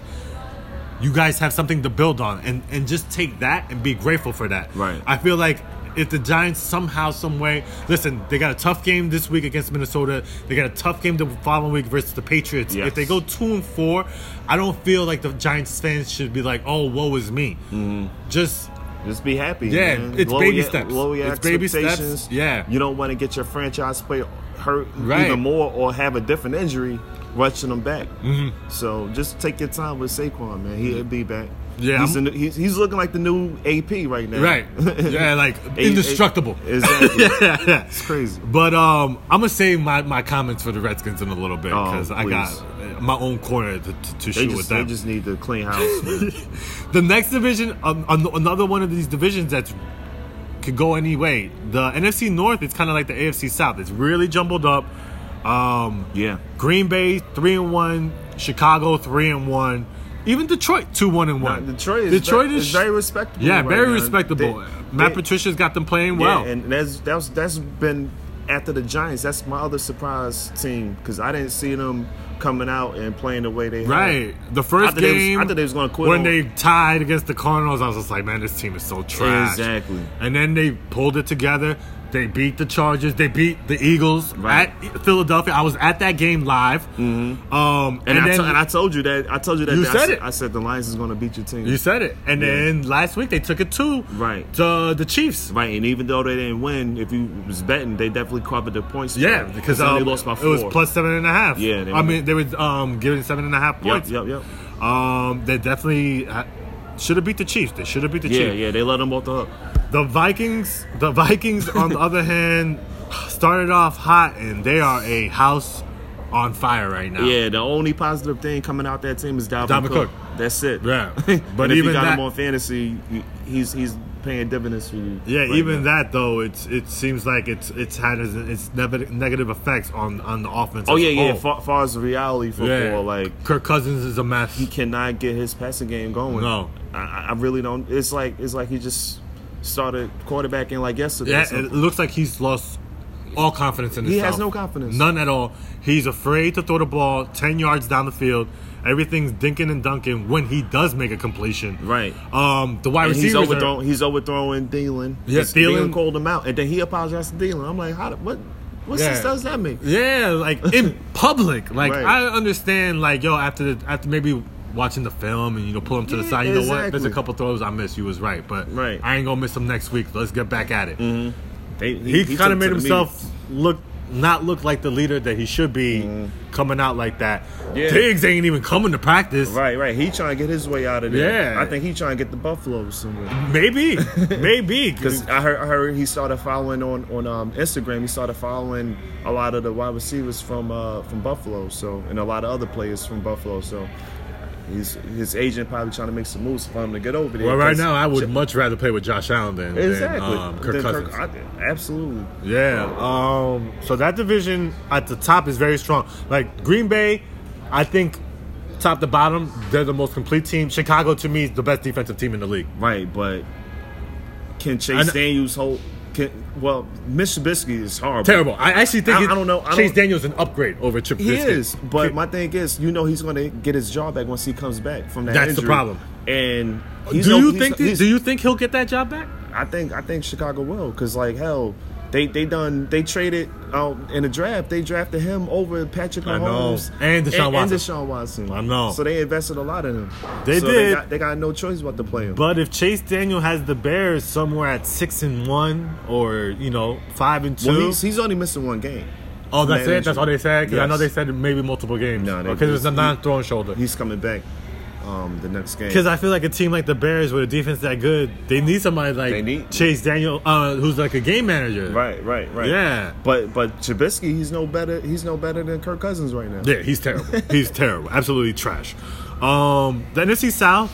Speaker 2: you guys have something to build on, and and just take that and be grateful for that.
Speaker 3: Right.
Speaker 2: I feel like. If the Giants somehow, some way, listen, they got a tough game this week against Minnesota. They got a tough game the following week versus the Patriots.
Speaker 3: Yes.
Speaker 2: If they go two and four, I don't feel like the Giants fans should be like, "Oh, woe is me."
Speaker 3: Mm-hmm.
Speaker 2: Just
Speaker 3: Just be happy. Mm-hmm.
Speaker 2: Yeah,
Speaker 3: man.
Speaker 2: it's
Speaker 3: Lower
Speaker 2: baby
Speaker 3: your-
Speaker 2: steps.
Speaker 3: Lower your
Speaker 2: It's baby steps,
Speaker 3: expectations.
Speaker 2: yeah.
Speaker 3: You don't want to get your franchise player hurt
Speaker 2: Right.
Speaker 3: even more or have a different injury rushing them back. Mm-hmm. So just take your time with Saquon, man. He'll be back.
Speaker 2: Yeah,
Speaker 3: he's,
Speaker 2: I'm-
Speaker 3: the new- he's, he's looking like the new AP right now.
Speaker 2: right, yeah, like
Speaker 3: A-
Speaker 2: indestructible.
Speaker 3: A- exactly. it's crazy.
Speaker 2: But um, I'm gonna save my, my comments for the Redskins in a little bit
Speaker 3: Oh,
Speaker 2: because I
Speaker 3: please.
Speaker 2: got my own corner to, to, to
Speaker 3: They
Speaker 2: shoot with
Speaker 3: just, they
Speaker 2: that.
Speaker 3: just need to clean house. Man.
Speaker 2: The next division, um, an- another one of these divisions that's could go any way. The NFC North is kind of like the AFC South. It's really jumbled up. Um,
Speaker 3: yeah.
Speaker 2: Green Bay three and one, Chicago three and one, even Detroit two one and one.
Speaker 3: Detroit is,
Speaker 2: Detroit
Speaker 3: ve-
Speaker 2: is,
Speaker 3: is very respectable.
Speaker 2: yeah,
Speaker 3: right
Speaker 2: very
Speaker 3: now.
Speaker 2: respectable.
Speaker 3: They-
Speaker 2: Matt
Speaker 3: they-
Speaker 2: Patricia's got them playing
Speaker 3: Yeah,
Speaker 2: well.
Speaker 3: and that's that's that's been after the Giants. That's my other surprise team because I didn't see them coming out and playing the way they have.
Speaker 2: right, the first
Speaker 3: I thought they was-
Speaker 2: game
Speaker 3: I thought they was gonna quit
Speaker 2: when
Speaker 3: on-
Speaker 2: they tied against the Cardinals. I was just like, man, this team is so trash.
Speaker 3: Exactly.
Speaker 2: And then they pulled it together. They beat the Chargers. They beat the Eagles
Speaker 3: Right.
Speaker 2: at Philadelphia. I was at that game live. Mm-hmm. Um,
Speaker 3: And,
Speaker 2: and,
Speaker 3: I
Speaker 2: then
Speaker 3: to- and I told you that I told you that
Speaker 2: You
Speaker 3: that I
Speaker 2: said
Speaker 3: said
Speaker 2: it.
Speaker 3: I said the Lions is going to beat your team.
Speaker 2: you said it. And
Speaker 3: Yeah.
Speaker 2: then last week they took it to
Speaker 3: Right.
Speaker 2: the the Chiefs.
Speaker 3: right, and even though they didn't win, if you was betting, they definitely covered the points.
Speaker 2: Yeah, because
Speaker 3: they
Speaker 2: um,
Speaker 3: lost by
Speaker 2: it
Speaker 3: four.
Speaker 2: was plus seven and a half.
Speaker 3: Yeah, they
Speaker 2: I
Speaker 3: were-
Speaker 2: mean they were um, giving seven and a half
Speaker 3: Yep,
Speaker 2: points.
Speaker 3: yep, yep.
Speaker 2: Um, they definitely ha- should have beat the Chiefs. They should have beat the
Speaker 3: Yeah,
Speaker 2: Chiefs.
Speaker 3: yeah, they let them off the hook.
Speaker 2: The Vikings, the Vikings, on the other hand, started off hot and they are a house on fire right now.
Speaker 3: Yeah, the only positive thing coming out that team is Dalvin,
Speaker 2: Dalvin
Speaker 3: Cook.
Speaker 2: Cook.
Speaker 3: That's it.
Speaker 2: Yeah. But
Speaker 3: but if
Speaker 2: even
Speaker 3: you got
Speaker 2: that-
Speaker 3: him on fantasy, you- he's he's paying dividends for you.
Speaker 2: Yeah,
Speaker 3: right
Speaker 2: even
Speaker 3: now.
Speaker 2: that though, it's it seems like it's it's had its, its neg- negative effects on on the offense.
Speaker 3: Oh
Speaker 2: as
Speaker 3: yeah,
Speaker 2: a
Speaker 3: yeah.
Speaker 2: whole.
Speaker 3: Far, far as reality football, like
Speaker 2: Kirk Cousins is a mess.
Speaker 3: he cannot get his passing game going.
Speaker 2: No.
Speaker 3: I- I, I really don't. It's like it's like he just started quarterbacking like yesterday.
Speaker 2: Yeah,
Speaker 3: or something.
Speaker 2: it looks like he's lost all confidence in
Speaker 3: He
Speaker 2: himself.
Speaker 3: has no confidence.
Speaker 2: None at all. He's afraid to throw the ball 10 yards down the field. Everything's dinking and dunking when he does make a completion.
Speaker 3: Right.
Speaker 2: Um, the wide
Speaker 3: And he's
Speaker 2: receivers are,
Speaker 3: overthrowing. he's overthrowing Thielen.
Speaker 2: Yeah,
Speaker 3: Yes, Thielen,
Speaker 2: Thielen-
Speaker 3: called him out, and then he apologized to Thielen. I'm like, how? the- What? What
Speaker 2: Yeah.
Speaker 3: sense does that make?
Speaker 2: Yeah, like in public. Like
Speaker 3: Right.
Speaker 2: I understand. Like yo, after the, after maybe watching the film and you know pull him to the
Speaker 3: Yeah,
Speaker 2: side. You know what? There's a
Speaker 3: exactly.
Speaker 2: couple throws I missed. You was right, but
Speaker 3: Right.
Speaker 2: I ain't gonna miss them next week. Let's get back at it.
Speaker 3: They-
Speaker 2: He,
Speaker 3: took
Speaker 2: kind of
Speaker 3: it
Speaker 2: made
Speaker 3: to the
Speaker 2: himself look not look like the leader that he should be coming out like that.
Speaker 3: Mm. Yeah.
Speaker 2: Diggs ain't even coming to practice.
Speaker 3: Right, right. He trying to get his way out of there.
Speaker 2: Yeah.
Speaker 3: I think he trying to get the Buffalo somewhere.
Speaker 2: Maybe, maybe
Speaker 3: Because I heard, I heard he started following on on um, Instagram. He started following a lot of the wide receivers from uh, from Buffalo. So and a lot of other players from Buffalo. So his his agent probably trying to make some moves for him to get over there.
Speaker 2: well, right
Speaker 3: 'Cause-
Speaker 2: now I would much rather play with Josh Allen than, than,
Speaker 3: exactly
Speaker 2: um, Kirk
Speaker 3: Then
Speaker 2: Cousins.
Speaker 3: I- absolutely.
Speaker 2: Yeah. Um. So that division at the top is very strong. Like Green Bay, I think top to bottom, they're the most complete team. Chicago to me is the best defensive team in the league.
Speaker 3: Right, but can
Speaker 2: I
Speaker 3: Chase
Speaker 2: kn-
Speaker 3: Daniels hold? Can, well, Mitch Trubisky is horrible.
Speaker 2: Terrible. I actually think
Speaker 3: I-
Speaker 2: it-
Speaker 3: I don't know. I
Speaker 2: Chase
Speaker 3: don't-
Speaker 2: Daniels an upgrade over Chip.
Speaker 3: He
Speaker 2: Trubisky.
Speaker 3: is, but my thing is, you know, he's going to get his job back once he comes back from that.
Speaker 2: That's the
Speaker 3: injury.
Speaker 2: problem.
Speaker 3: And
Speaker 2: do
Speaker 3: he's no-
Speaker 2: you
Speaker 3: he's-
Speaker 2: think?
Speaker 3: he's-
Speaker 2: do you think he'll get that job back?
Speaker 3: I think I think Chicago will because like hell, they they done they traded um, in the draft. They drafted him over Patrick
Speaker 2: I know.
Speaker 3: Mahomes
Speaker 2: And Deshaun Watson.
Speaker 3: And Deshaun Watson.
Speaker 2: I know.
Speaker 3: So they invested a lot in him.
Speaker 2: They
Speaker 3: So
Speaker 2: did.
Speaker 3: They got, they got no choice but to play him.
Speaker 2: But if Chase Daniel has the Bears somewhere at six and one, or you know five and two,
Speaker 3: well, he's, he's only missing one game.
Speaker 2: oh that's
Speaker 3: Man,
Speaker 2: it. That's all they said. 'Cause I
Speaker 3: Yes.
Speaker 2: know they said maybe multiple games.
Speaker 3: No, they-
Speaker 2: because it's a
Speaker 3: he-
Speaker 2: non-throwing shoulder.
Speaker 3: He's coming back um, the next game.
Speaker 2: Because I feel like a team like the Bears with a defense that good, they need somebody like
Speaker 3: They need-
Speaker 2: Chase Daniel, uh, who's like a game manager.
Speaker 3: right, right, right.
Speaker 2: Yeah.
Speaker 3: But but Trubisky, he's no better. He's no better than Kirk Cousins right now.
Speaker 2: Yeah, he's terrible. he's terrible. Absolutely trash. Um, the NFC South,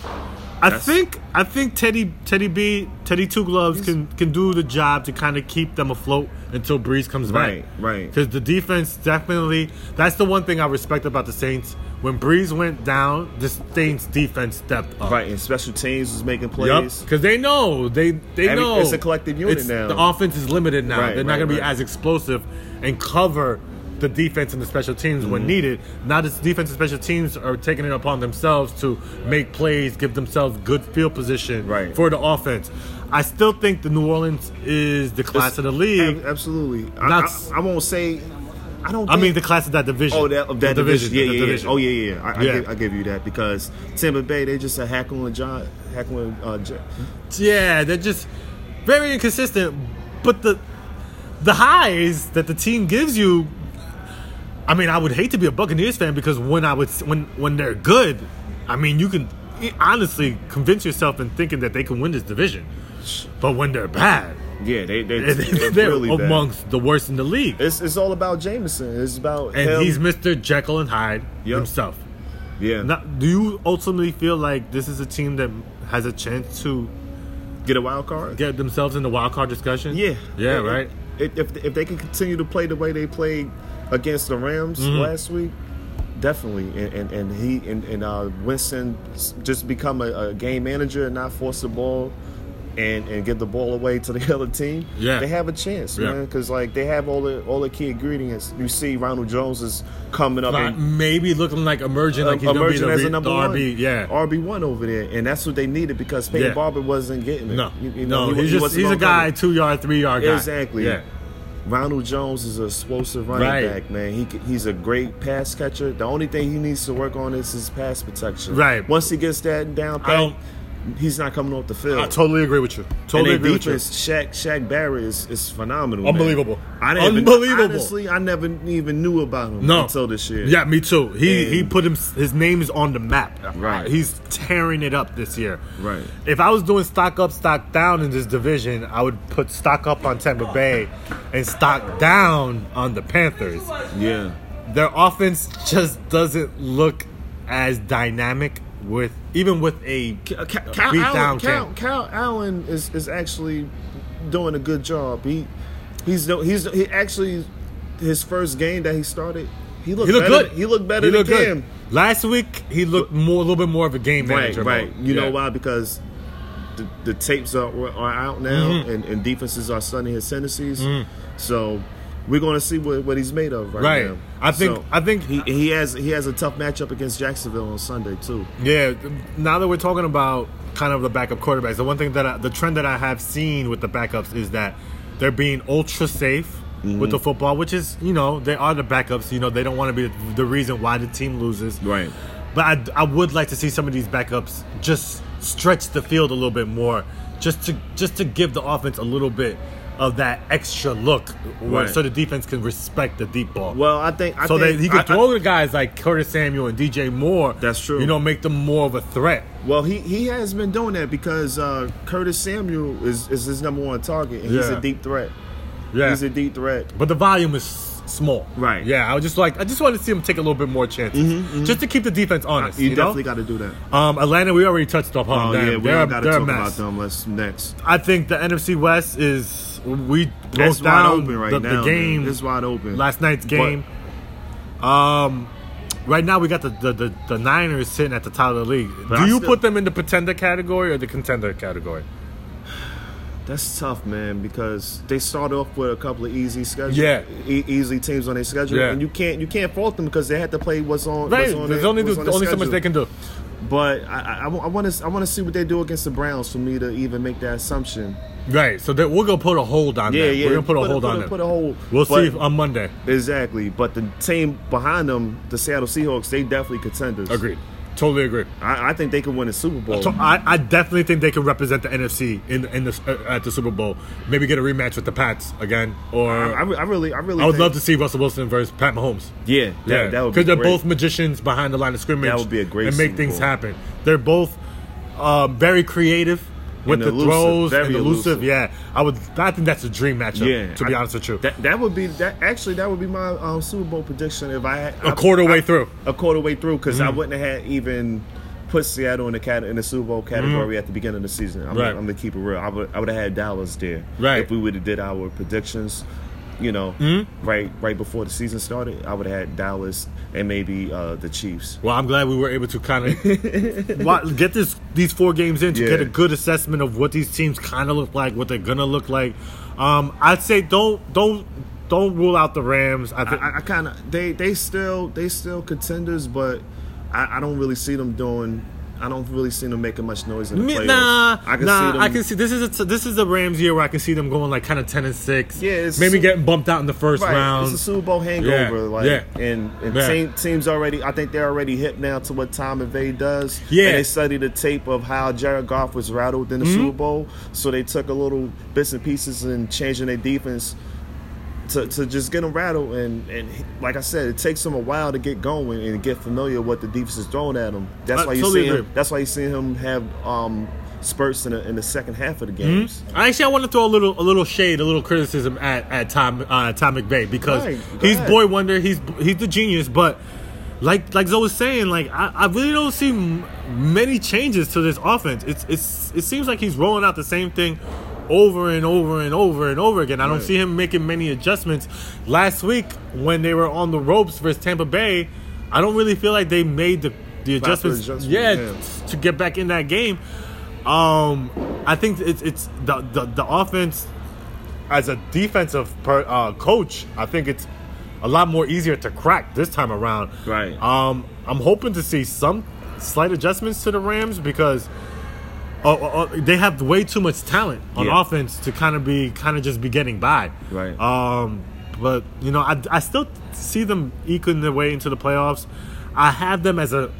Speaker 2: I
Speaker 3: That's-
Speaker 2: think I think Teddy Teddy B Teddy Two Gloves can can do the job to kind of keep them afloat until Breeze comes
Speaker 3: Right,
Speaker 2: back.
Speaker 3: right.
Speaker 2: Because the defense definitely that's the one thing I respect about the Saints. When Breeze went down, the Saints defense stepped up.
Speaker 3: Right, and special teams was making
Speaker 2: Yep.
Speaker 3: plays.
Speaker 2: Because they know they they
Speaker 3: Every-
Speaker 2: know
Speaker 3: it's a collective unit
Speaker 2: It's-
Speaker 3: now.
Speaker 2: The offense is limited now.
Speaker 3: Right,
Speaker 2: They're not
Speaker 3: right,
Speaker 2: going to be
Speaker 3: right.
Speaker 2: as explosive and cover the defense and the special teams
Speaker 3: Mm-hmm.
Speaker 2: when needed. Now the defense and special teams are taking it upon themselves to make plays, give themselves good field position
Speaker 3: Right.
Speaker 2: for the offense. I still think the New Orleans is the class of the league.
Speaker 3: Ab- absolutely. I,
Speaker 2: That's-
Speaker 3: I, I won't say. I don't.
Speaker 2: I mean,
Speaker 3: think-
Speaker 2: the class of that division.
Speaker 3: Oh, that, of that
Speaker 2: The
Speaker 3: division. Yeah,
Speaker 2: the
Speaker 3: yeah, yeah.
Speaker 2: division.
Speaker 3: Oh, yeah, yeah. I,
Speaker 2: Yeah.
Speaker 3: I, give, I give you that because Tampa Bay, they just a hackling John, hackling. Uh, J-
Speaker 2: Yeah, they're just very inconsistent. But the the highs that the team gives you, I mean, I would hate to be a Buccaneers fan because when I would when when they're good, I mean, you can e, honestly convince yourself in thinking that they can win this division. But when they're bad,
Speaker 3: yeah, they they
Speaker 2: they're,
Speaker 3: they're really bad.
Speaker 2: amongst the worst in the league,
Speaker 3: It's it's all about Jameson. It's about
Speaker 2: and
Speaker 3: him.
Speaker 2: he's Mr. Jekyll and Hyde
Speaker 3: Yep.
Speaker 2: himself.
Speaker 3: yeah.
Speaker 2: Now, do you ultimately feel like this is a team that has a chance to
Speaker 3: get a wild card.
Speaker 2: get themselves in the wild card discussion?
Speaker 3: yeah,
Speaker 2: yeah,
Speaker 3: If-
Speaker 2: right.
Speaker 3: If, if if they can continue to play the way they played against the Rams
Speaker 2: Mm-hmm.
Speaker 3: last week, definitely. And and, and he and, and uh, Winston s- just become a, a game manager and not force the ball. And, and give the ball away to the other team.
Speaker 2: Yeah.
Speaker 3: they have a chance,
Speaker 2: Yeah.
Speaker 3: man, because like they have all the all the key ingredients. You see, Ronald Jones is coming up
Speaker 2: Like,
Speaker 3: and
Speaker 2: maybe looking like emerging, like he's gonna be
Speaker 3: emerging
Speaker 2: the,
Speaker 3: as
Speaker 2: re-
Speaker 3: a number
Speaker 2: the
Speaker 3: one,
Speaker 2: RB. Yeah,
Speaker 3: RB one over there, and that's what they needed because Peyton
Speaker 2: Yeah.
Speaker 3: Barber wasn't getting it.
Speaker 2: no,
Speaker 3: You- you know,
Speaker 2: no,
Speaker 3: he wa-
Speaker 2: he's
Speaker 3: he
Speaker 2: just
Speaker 3: wasn't
Speaker 2: he's a
Speaker 3: on
Speaker 2: guy
Speaker 3: cover.
Speaker 2: two yard, three yard guy.
Speaker 3: Exactly.
Speaker 2: Yeah,
Speaker 3: Ronald Jones is an explosive running
Speaker 2: Right.
Speaker 3: back, man. He c- he's a great pass catcher. The only thing he needs to work on is his pass protection.
Speaker 2: Right.
Speaker 3: Once he gets that down,
Speaker 2: I don't-
Speaker 3: pat, he's not coming off the field.
Speaker 2: I totally agree with you.
Speaker 3: and
Speaker 2: Totally
Speaker 3: their
Speaker 2: agree
Speaker 3: defense, Shaq Shaq Barrett is, is phenomenal. man.
Speaker 2: Unbelievable.
Speaker 3: I didn't even-
Speaker 2: Unbelievable.
Speaker 3: honestly, I never even knew about him
Speaker 2: with you. No,
Speaker 3: until this year.
Speaker 2: Yeah, me too. He he
Speaker 3: And-
Speaker 2: put him his name is on the map.
Speaker 3: Right.
Speaker 2: he's tearing it up this year.
Speaker 3: Right.
Speaker 2: If I was doing stock up, stock down in this division, I would put stock up on Tampa Bay and stock down on the Panthers.
Speaker 3: Yeah.
Speaker 2: their offense just doesn't look as dynamic with even with a
Speaker 3: Cal, Cal,
Speaker 2: Beat
Speaker 3: Allen,
Speaker 2: down
Speaker 3: Cal,
Speaker 2: Cam.
Speaker 3: Cal Allen is, is actually doing a good job. He he's no- he's he actually his first game that he started. He looked,
Speaker 2: he looked
Speaker 3: better,
Speaker 2: good.
Speaker 3: He looked better
Speaker 2: looked
Speaker 3: than
Speaker 2: good.
Speaker 3: Cam.
Speaker 2: Last week he looked more a little bit more of a game
Speaker 3: Right,
Speaker 2: manager.
Speaker 3: right.
Speaker 2: mode.
Speaker 3: You
Speaker 2: Yeah.
Speaker 3: know why? Because the, the tapes are, are out now,
Speaker 2: Mm-hmm.
Speaker 3: and, and defenses are studying his tendencies. So we're going to see what, what he's made of right,
Speaker 2: Mm. Right.
Speaker 3: now.
Speaker 2: I think-
Speaker 3: So
Speaker 2: I think-
Speaker 3: he, he has he has a tough matchup against Jacksonville on Sunday too.
Speaker 2: Yeah, now that we're talking about kind of the backup quarterbacks, the one thing that I, the trend that I have seen with the backups is that they're being ultra safe
Speaker 3: Mm-hmm.
Speaker 2: with the football, which is you know they are the backups. You know they don't want to be the, the reason why the team loses.
Speaker 3: Right.
Speaker 2: But I, I would like to see some of these backups just stretch the field a little bit more, just to just to give the offense a little bit of that extra look, where-
Speaker 3: Right.
Speaker 2: so the defense can respect the deep ball.
Speaker 3: Well, I think I
Speaker 2: So
Speaker 3: think,
Speaker 2: that he could
Speaker 3: I- I-
Speaker 2: throw to guys like Curtis Samuel and DJ Moore.
Speaker 3: That's true.
Speaker 2: You know, make them more of a threat.
Speaker 3: Well, he, he has been doing that because uh, Curtis Samuel is, is his number one target, and he's
Speaker 2: Yeah.
Speaker 3: a deep threat.
Speaker 2: Yeah.
Speaker 3: He's a deep threat.
Speaker 2: but the volume is s- small.
Speaker 3: Right. Mm-hmm,
Speaker 2: Yeah. I would just like I just want to see him take a little bit more chances, just to keep the defense honest.
Speaker 3: You,
Speaker 2: you know?
Speaker 3: definitely got to do that.
Speaker 2: Um, Atlanta, we already touched upon.
Speaker 3: Oh
Speaker 2: them.
Speaker 3: yeah, we
Speaker 2: they're,
Speaker 3: don't got to
Speaker 2: they're a
Speaker 3: talk
Speaker 2: mess.
Speaker 3: about them. Let's next.
Speaker 2: I think the NFC West is we
Speaker 3: It's
Speaker 2: broke
Speaker 3: wide
Speaker 2: down
Speaker 3: open right
Speaker 2: the, the
Speaker 3: now. man.
Speaker 2: game
Speaker 3: It's wide open.
Speaker 2: last night's game. Um, right now we got the, the the the Niners sitting at the top of the league.
Speaker 3: But
Speaker 2: Do
Speaker 3: I
Speaker 2: you
Speaker 3: still-
Speaker 2: put them in the pretender category or the contender category?
Speaker 3: That's tough, man, because they start off with a couple of easy schedule,
Speaker 2: Yeah.
Speaker 3: e- easy teams on their schedule,
Speaker 2: Yeah.
Speaker 3: and you can't you can't fault them because they had to play what's on.
Speaker 2: Right.
Speaker 3: what's on
Speaker 2: There's
Speaker 3: their-
Speaker 2: only
Speaker 3: what's
Speaker 2: do-
Speaker 3: on their
Speaker 2: only so much
Speaker 3: schedule.
Speaker 2: they can do.
Speaker 3: But I, I, want to I want to see what they do against the Browns for me to even make that assumption.
Speaker 2: Right. So that we're gonna put a hold on
Speaker 3: Yeah,
Speaker 2: them.
Speaker 3: yeah.
Speaker 2: We're gonna put a
Speaker 3: Put a-
Speaker 2: hold
Speaker 3: put
Speaker 2: on
Speaker 3: a-
Speaker 2: them.
Speaker 3: put a hold.
Speaker 2: We'll see
Speaker 3: But-
Speaker 2: if on Monday.
Speaker 3: Exactly, but the team behind them, the Seattle Seahawks, they definitely contenders.
Speaker 2: Agreed. Totally agree.
Speaker 3: I, I think they could win a Super Bowl.
Speaker 2: So I, I definitely think they can represent the NFC in in the uh, at the Super Bowl. Maybe get a rematch with the Pats again, or
Speaker 3: I,
Speaker 2: I,
Speaker 3: re- I really, I really.
Speaker 2: would
Speaker 3: think-
Speaker 2: love to see Russell Wilson versus Pat Mahomes.
Speaker 3: Yeah, that,
Speaker 2: Yeah,
Speaker 3: that would be
Speaker 2: because they're
Speaker 3: great.
Speaker 2: both magicians behind the line of scrimmage.
Speaker 3: That would be a great
Speaker 2: and make
Speaker 3: Super
Speaker 2: things
Speaker 3: Bowl.
Speaker 2: happen. They're both um, very creative with
Speaker 3: And
Speaker 2: the
Speaker 3: elusive,
Speaker 2: throws
Speaker 3: very
Speaker 2: and elusive.
Speaker 3: elusive.
Speaker 2: Yeah, I would. I think that's a dream matchup.
Speaker 3: Yeah,
Speaker 2: to be
Speaker 3: I-
Speaker 2: honest with you,
Speaker 3: That that would be that. Actually, that would be my um, Super Bowl prediction if I had
Speaker 2: a quarter Mm. way through.
Speaker 3: a quarter way through because I wouldn't have had even put Seattle in the cat in the Super Bowl category at the beginning of the season. I'm,
Speaker 2: Mm-hmm. Right.
Speaker 3: I'm gonna keep it real. I would I would have had Dallas there
Speaker 2: Right.
Speaker 3: if we would have did our predictions. You know,
Speaker 2: Mm-hmm.
Speaker 3: right right before the season started, I would have had Dallas and maybe uh, the Chiefs.
Speaker 2: Well, I'm glad we were able to kind of wa- get this these four games in to get a
Speaker 3: Yeah.
Speaker 2: good assessment of what these teams kind of look like, what they're gonna look like. Um, I'd say don't don't don't rule out the Rams. I think
Speaker 3: I, I kind of they they still they still contenders, but I, I don't really see them doing. I don't really see them making much noise in the
Speaker 2: Me-
Speaker 3: playoffs.
Speaker 2: nah,
Speaker 3: I can
Speaker 2: nah.
Speaker 3: see them.
Speaker 2: I can see this is a, this is the Rams year where I can see them going like kind of ten and six.
Speaker 3: Yeah, it's-
Speaker 2: maybe getting bumped out in the first
Speaker 3: Right,
Speaker 2: round.
Speaker 3: it's a Super Bowl hangover,
Speaker 2: Yeah,
Speaker 3: like,
Speaker 2: yeah.
Speaker 3: and, and
Speaker 2: Yeah.
Speaker 3: team, teams already. I think they're already hip now to what Tom McVay does.
Speaker 2: Yeah.
Speaker 3: and they studied the tape of how Jared Goff was rattled in the
Speaker 2: Mhm.
Speaker 3: Super Bowl, so they took a little bits and pieces and changing their defense to, to just get them rattled. And and he- like I said, it takes them a while to get going and get familiar with what the defense is throwing at them. That's
Speaker 2: I
Speaker 3: why you
Speaker 2: totally
Speaker 3: see
Speaker 2: agree.
Speaker 3: him. That's why you see him have um, spurts in the, in the second half of the games.
Speaker 2: Actually, I want to throw a little a little shade, a little criticism at at Tom uh, Tom McVay because
Speaker 3: Right, go
Speaker 2: he's
Speaker 3: ahead.
Speaker 2: boy wonder, he's he's the genius, but like like Zoe was saying, like I, I really don't see m- many changes to this offense. It's it's it seems like he's rolling out the same thing over and over and over and over again. I don't
Speaker 3: Right.
Speaker 2: see him making many adjustments. Last week when they were on the ropes versus Tampa Bay, I don't really feel like they made the the
Speaker 3: Proper
Speaker 2: adjustments.
Speaker 3: adjustments,
Speaker 2: yeah,
Speaker 3: yeah.
Speaker 2: to get back in that game. Um, I think it's it's the the, the offense as a defensive per, uh, coach. I think it's a lot more easier to crack this time around.
Speaker 3: Right.
Speaker 2: Um, I'm hoping to see some slight adjustments to the Rams because. Uh, uh, uh, they have way too much talent on
Speaker 3: Yeah.
Speaker 2: offense to kind of be kind of just be getting by.
Speaker 3: Right.
Speaker 2: Um, but you know, I, I still see them eking their way into the playoffs. I have them as a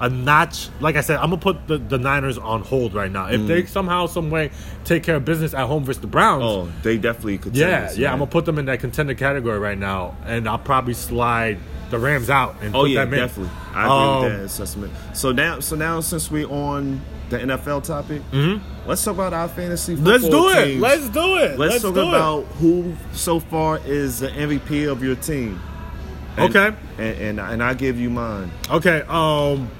Speaker 2: a notch. Like I said, I'm gonna put the, the Niners on hold right now. If
Speaker 3: Mm.
Speaker 2: they somehow, some way, take care of business at home versus the Browns,
Speaker 3: Oh, they definitely could.
Speaker 2: yeah, yeah, I'm gonna put them in that contender category right now, and I'll probably slide the Rams out and
Speaker 3: Oh
Speaker 2: put
Speaker 3: yeah,
Speaker 2: them in.
Speaker 3: definitely. I agree
Speaker 2: Um,
Speaker 3: with that assessment. So now, so now since we're on the NFL topic, let's talk about our fantasy. Football
Speaker 2: Mm-hmm. Let's do it.
Speaker 3: teams.
Speaker 2: Let's do it.
Speaker 3: Let's,
Speaker 2: Let's
Speaker 3: talk
Speaker 2: do it.
Speaker 3: about who so far is the MVP of your team. And-
Speaker 2: Okay.
Speaker 3: and, and and I give you mine.
Speaker 2: Okay. Um.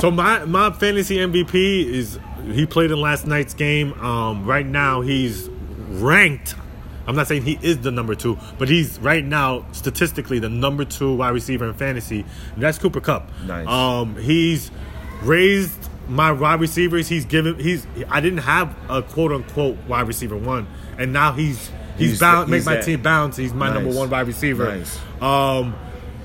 Speaker 2: So my my fantasy MVP is he played in last night's game. Um. Right now he's ranked. I'm not saying he is the number two, but he's right now statistically the number two wide receiver in fantasy. And that's Cooper Cup.
Speaker 3: Nice.
Speaker 2: Um. He's raised my wide receivers. He's given. He's. I didn't have a quote unquote wide receiver one, and now he's he's,
Speaker 3: He's-
Speaker 2: bound.
Speaker 3: he's
Speaker 2: Make my
Speaker 3: that.
Speaker 2: team bounce. He's my number
Speaker 3: Nice.
Speaker 2: one wide receiver.
Speaker 3: Nice.
Speaker 2: Um,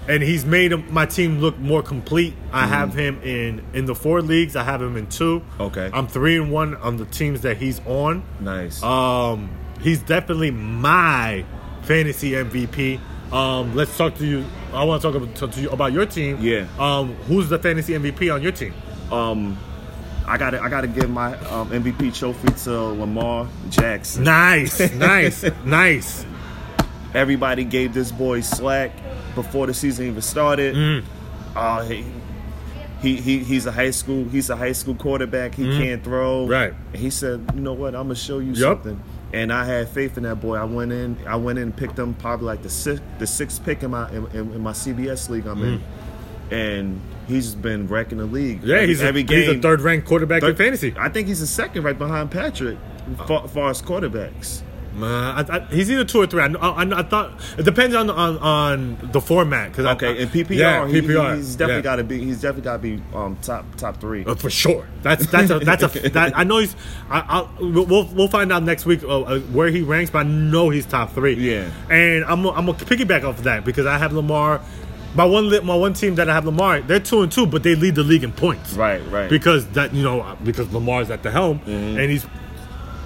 Speaker 2: and he's made my team look more complete. I
Speaker 3: Mm-hmm.
Speaker 2: have him in in the four leagues. I have him in two.
Speaker 3: Okay.
Speaker 2: I'm three and one on the teams that he's on.
Speaker 3: Nice.
Speaker 2: Um, he's definitely my fantasy MVP. Um, let's talk to you. I want to talk about, talk to you about your team.
Speaker 3: Yeah.
Speaker 2: Um, who's the fantasy MVP on your team?
Speaker 3: um, I got to I got to give my um, MVP trophy to Lamar Jackson.
Speaker 2: Nice, nice, nice.
Speaker 3: Everybody gave this boy slack before the season even started.
Speaker 2: Mm.
Speaker 3: Uh, he, he, he he's a high school he's a high school quarterback. He can't throw.
Speaker 2: Mm. Right.
Speaker 3: And he said, you know what? I'm gonna show you
Speaker 2: Yup.
Speaker 3: something. And I had faith in that boy. I went in. I went in and picked him probably like the sixth the sixth pick in my in, in, in my CBS league I'm in. And he's been wrecking the league.
Speaker 2: Yeah, he's a, he's a third ranked quarterback in
Speaker 3: third-
Speaker 2: fantasy. Oh.
Speaker 3: I think he's the second right behind Patrick, far, far as quarterbacks.
Speaker 2: Uh, I, I, he's either two or three. I, kn- I, I thought it depends on on, on the format. Cause I,
Speaker 3: Okay, in PPR,
Speaker 2: yeah,
Speaker 3: he-
Speaker 2: PPR,
Speaker 3: he's definitely
Speaker 2: yeah.
Speaker 3: got to be. He's definitely got to be um, top top three.
Speaker 2: Uh, for sure. That's that's a that's a that, I know he's. I, I'll, we'll- we'll we'll find out next week uh, uh, where he ranks, but I know he's top three.
Speaker 3: Yeah.
Speaker 2: and I'm gonna- I'm gonna piggyback off of that because I have Lamar. My one li- my one team that I have Lamar, they're two and two, but they lead the league in points.
Speaker 3: Right, right. Mm-hmm.
Speaker 2: Because that you know because Lamar's at the helm and he's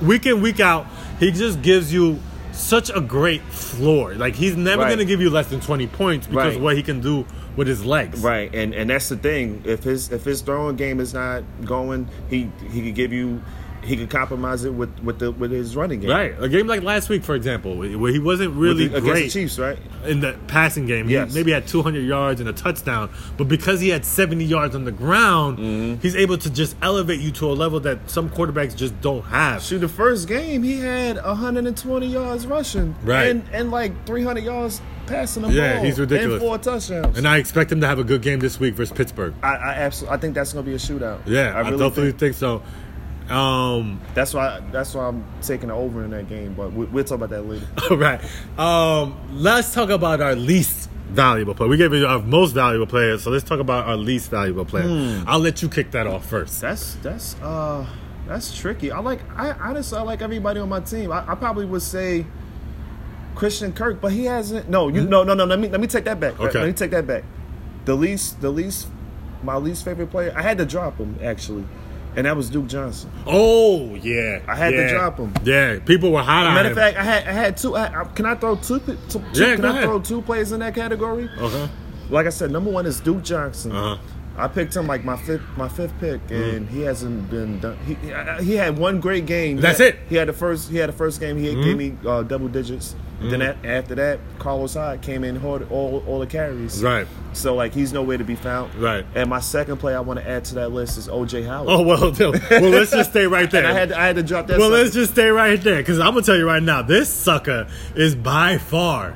Speaker 2: week in week out he just gives you such a great floor. Like he's never
Speaker 3: Right.
Speaker 2: gonna give you less than twenty points because
Speaker 3: Right.
Speaker 2: what he can do with his legs.
Speaker 3: Right, and and that's the thing. If his if his throwing game is not going, he he could give you. he could compromise it with with the with his running game.
Speaker 2: Right, a game like last week, for example, where he wasn't really
Speaker 3: With the- against the
Speaker 2: great
Speaker 3: Chiefs, right?
Speaker 2: in the passing game.
Speaker 3: Yes.
Speaker 2: He maybe had 200 yards and a touchdown, but because he had 70 yards on the ground,
Speaker 3: Mm-hmm.
Speaker 2: he's able to just elevate you to a level that some quarterbacks just don't have.
Speaker 3: Shoot, the first game he had 120 yards rushing,
Speaker 2: Right.
Speaker 3: and and like 300 yards passing the
Speaker 2: Yeah,
Speaker 3: ball.
Speaker 2: he's ridiculous.
Speaker 3: And four touchdowns.
Speaker 2: And I expect him to have a good game this week versus Pittsburgh.
Speaker 3: I, I absolutely, I think that's gonna be a shootout.
Speaker 2: Yeah, I,
Speaker 3: I really
Speaker 2: definitely
Speaker 3: think
Speaker 2: think, so. Um,
Speaker 3: that's why that's why I'm taking the over in that game. But we, we'll talk about that later.
Speaker 2: all right. Um, let's talk about our least valuable player. We gave you our most valuable player, so let's talk about our least valuable player.
Speaker 3: Hmm.
Speaker 2: I'll let you kick that off first.
Speaker 3: That's that's uh that's tricky. I like I honestly I like everybody on my team. I, I probably would say Christian Kirk, but he hasn't. No, you no no no. Let me let me take that back.
Speaker 2: Okay.
Speaker 3: Let me take that back. The least the least my least favorite player. I had to drop him actually, and that was Duke Johnson.
Speaker 2: Oh yeah,
Speaker 3: I had to
Speaker 2: yeah.
Speaker 3: drop him.
Speaker 2: Yeah, people were hot on
Speaker 3: Matter
Speaker 2: him.
Speaker 3: of fact, I had I had two. I, I, can I throw two? pi- two
Speaker 2: Yeah,
Speaker 3: can
Speaker 2: go
Speaker 3: I
Speaker 2: ahead.
Speaker 3: throw two players in that category?
Speaker 2: uh-huh.
Speaker 3: Like I said, number one is Duke Johnson.
Speaker 2: Uh-huh. Mm-hmm.
Speaker 3: I picked him like my fifth my fifth pick, and he hasn't been done. He he had one great game.
Speaker 2: That's
Speaker 3: He-
Speaker 2: it. Mm-hmm.
Speaker 3: He had the first he had the first game. He gave me uh, double digits. Then a- after that, Carlos Hyde came in hard all all the carries.
Speaker 2: Right.
Speaker 3: So like he's nowhere to be found.
Speaker 2: Right.
Speaker 3: And my second play I want to add to that list is OJ Howard.
Speaker 2: Oh well, no. well let's just stay right there.
Speaker 3: And I had to, I had to drop that.
Speaker 2: well,
Speaker 3: sucker.
Speaker 2: let's just stay right there because I'm gonna tell you right now, this sucker is by far,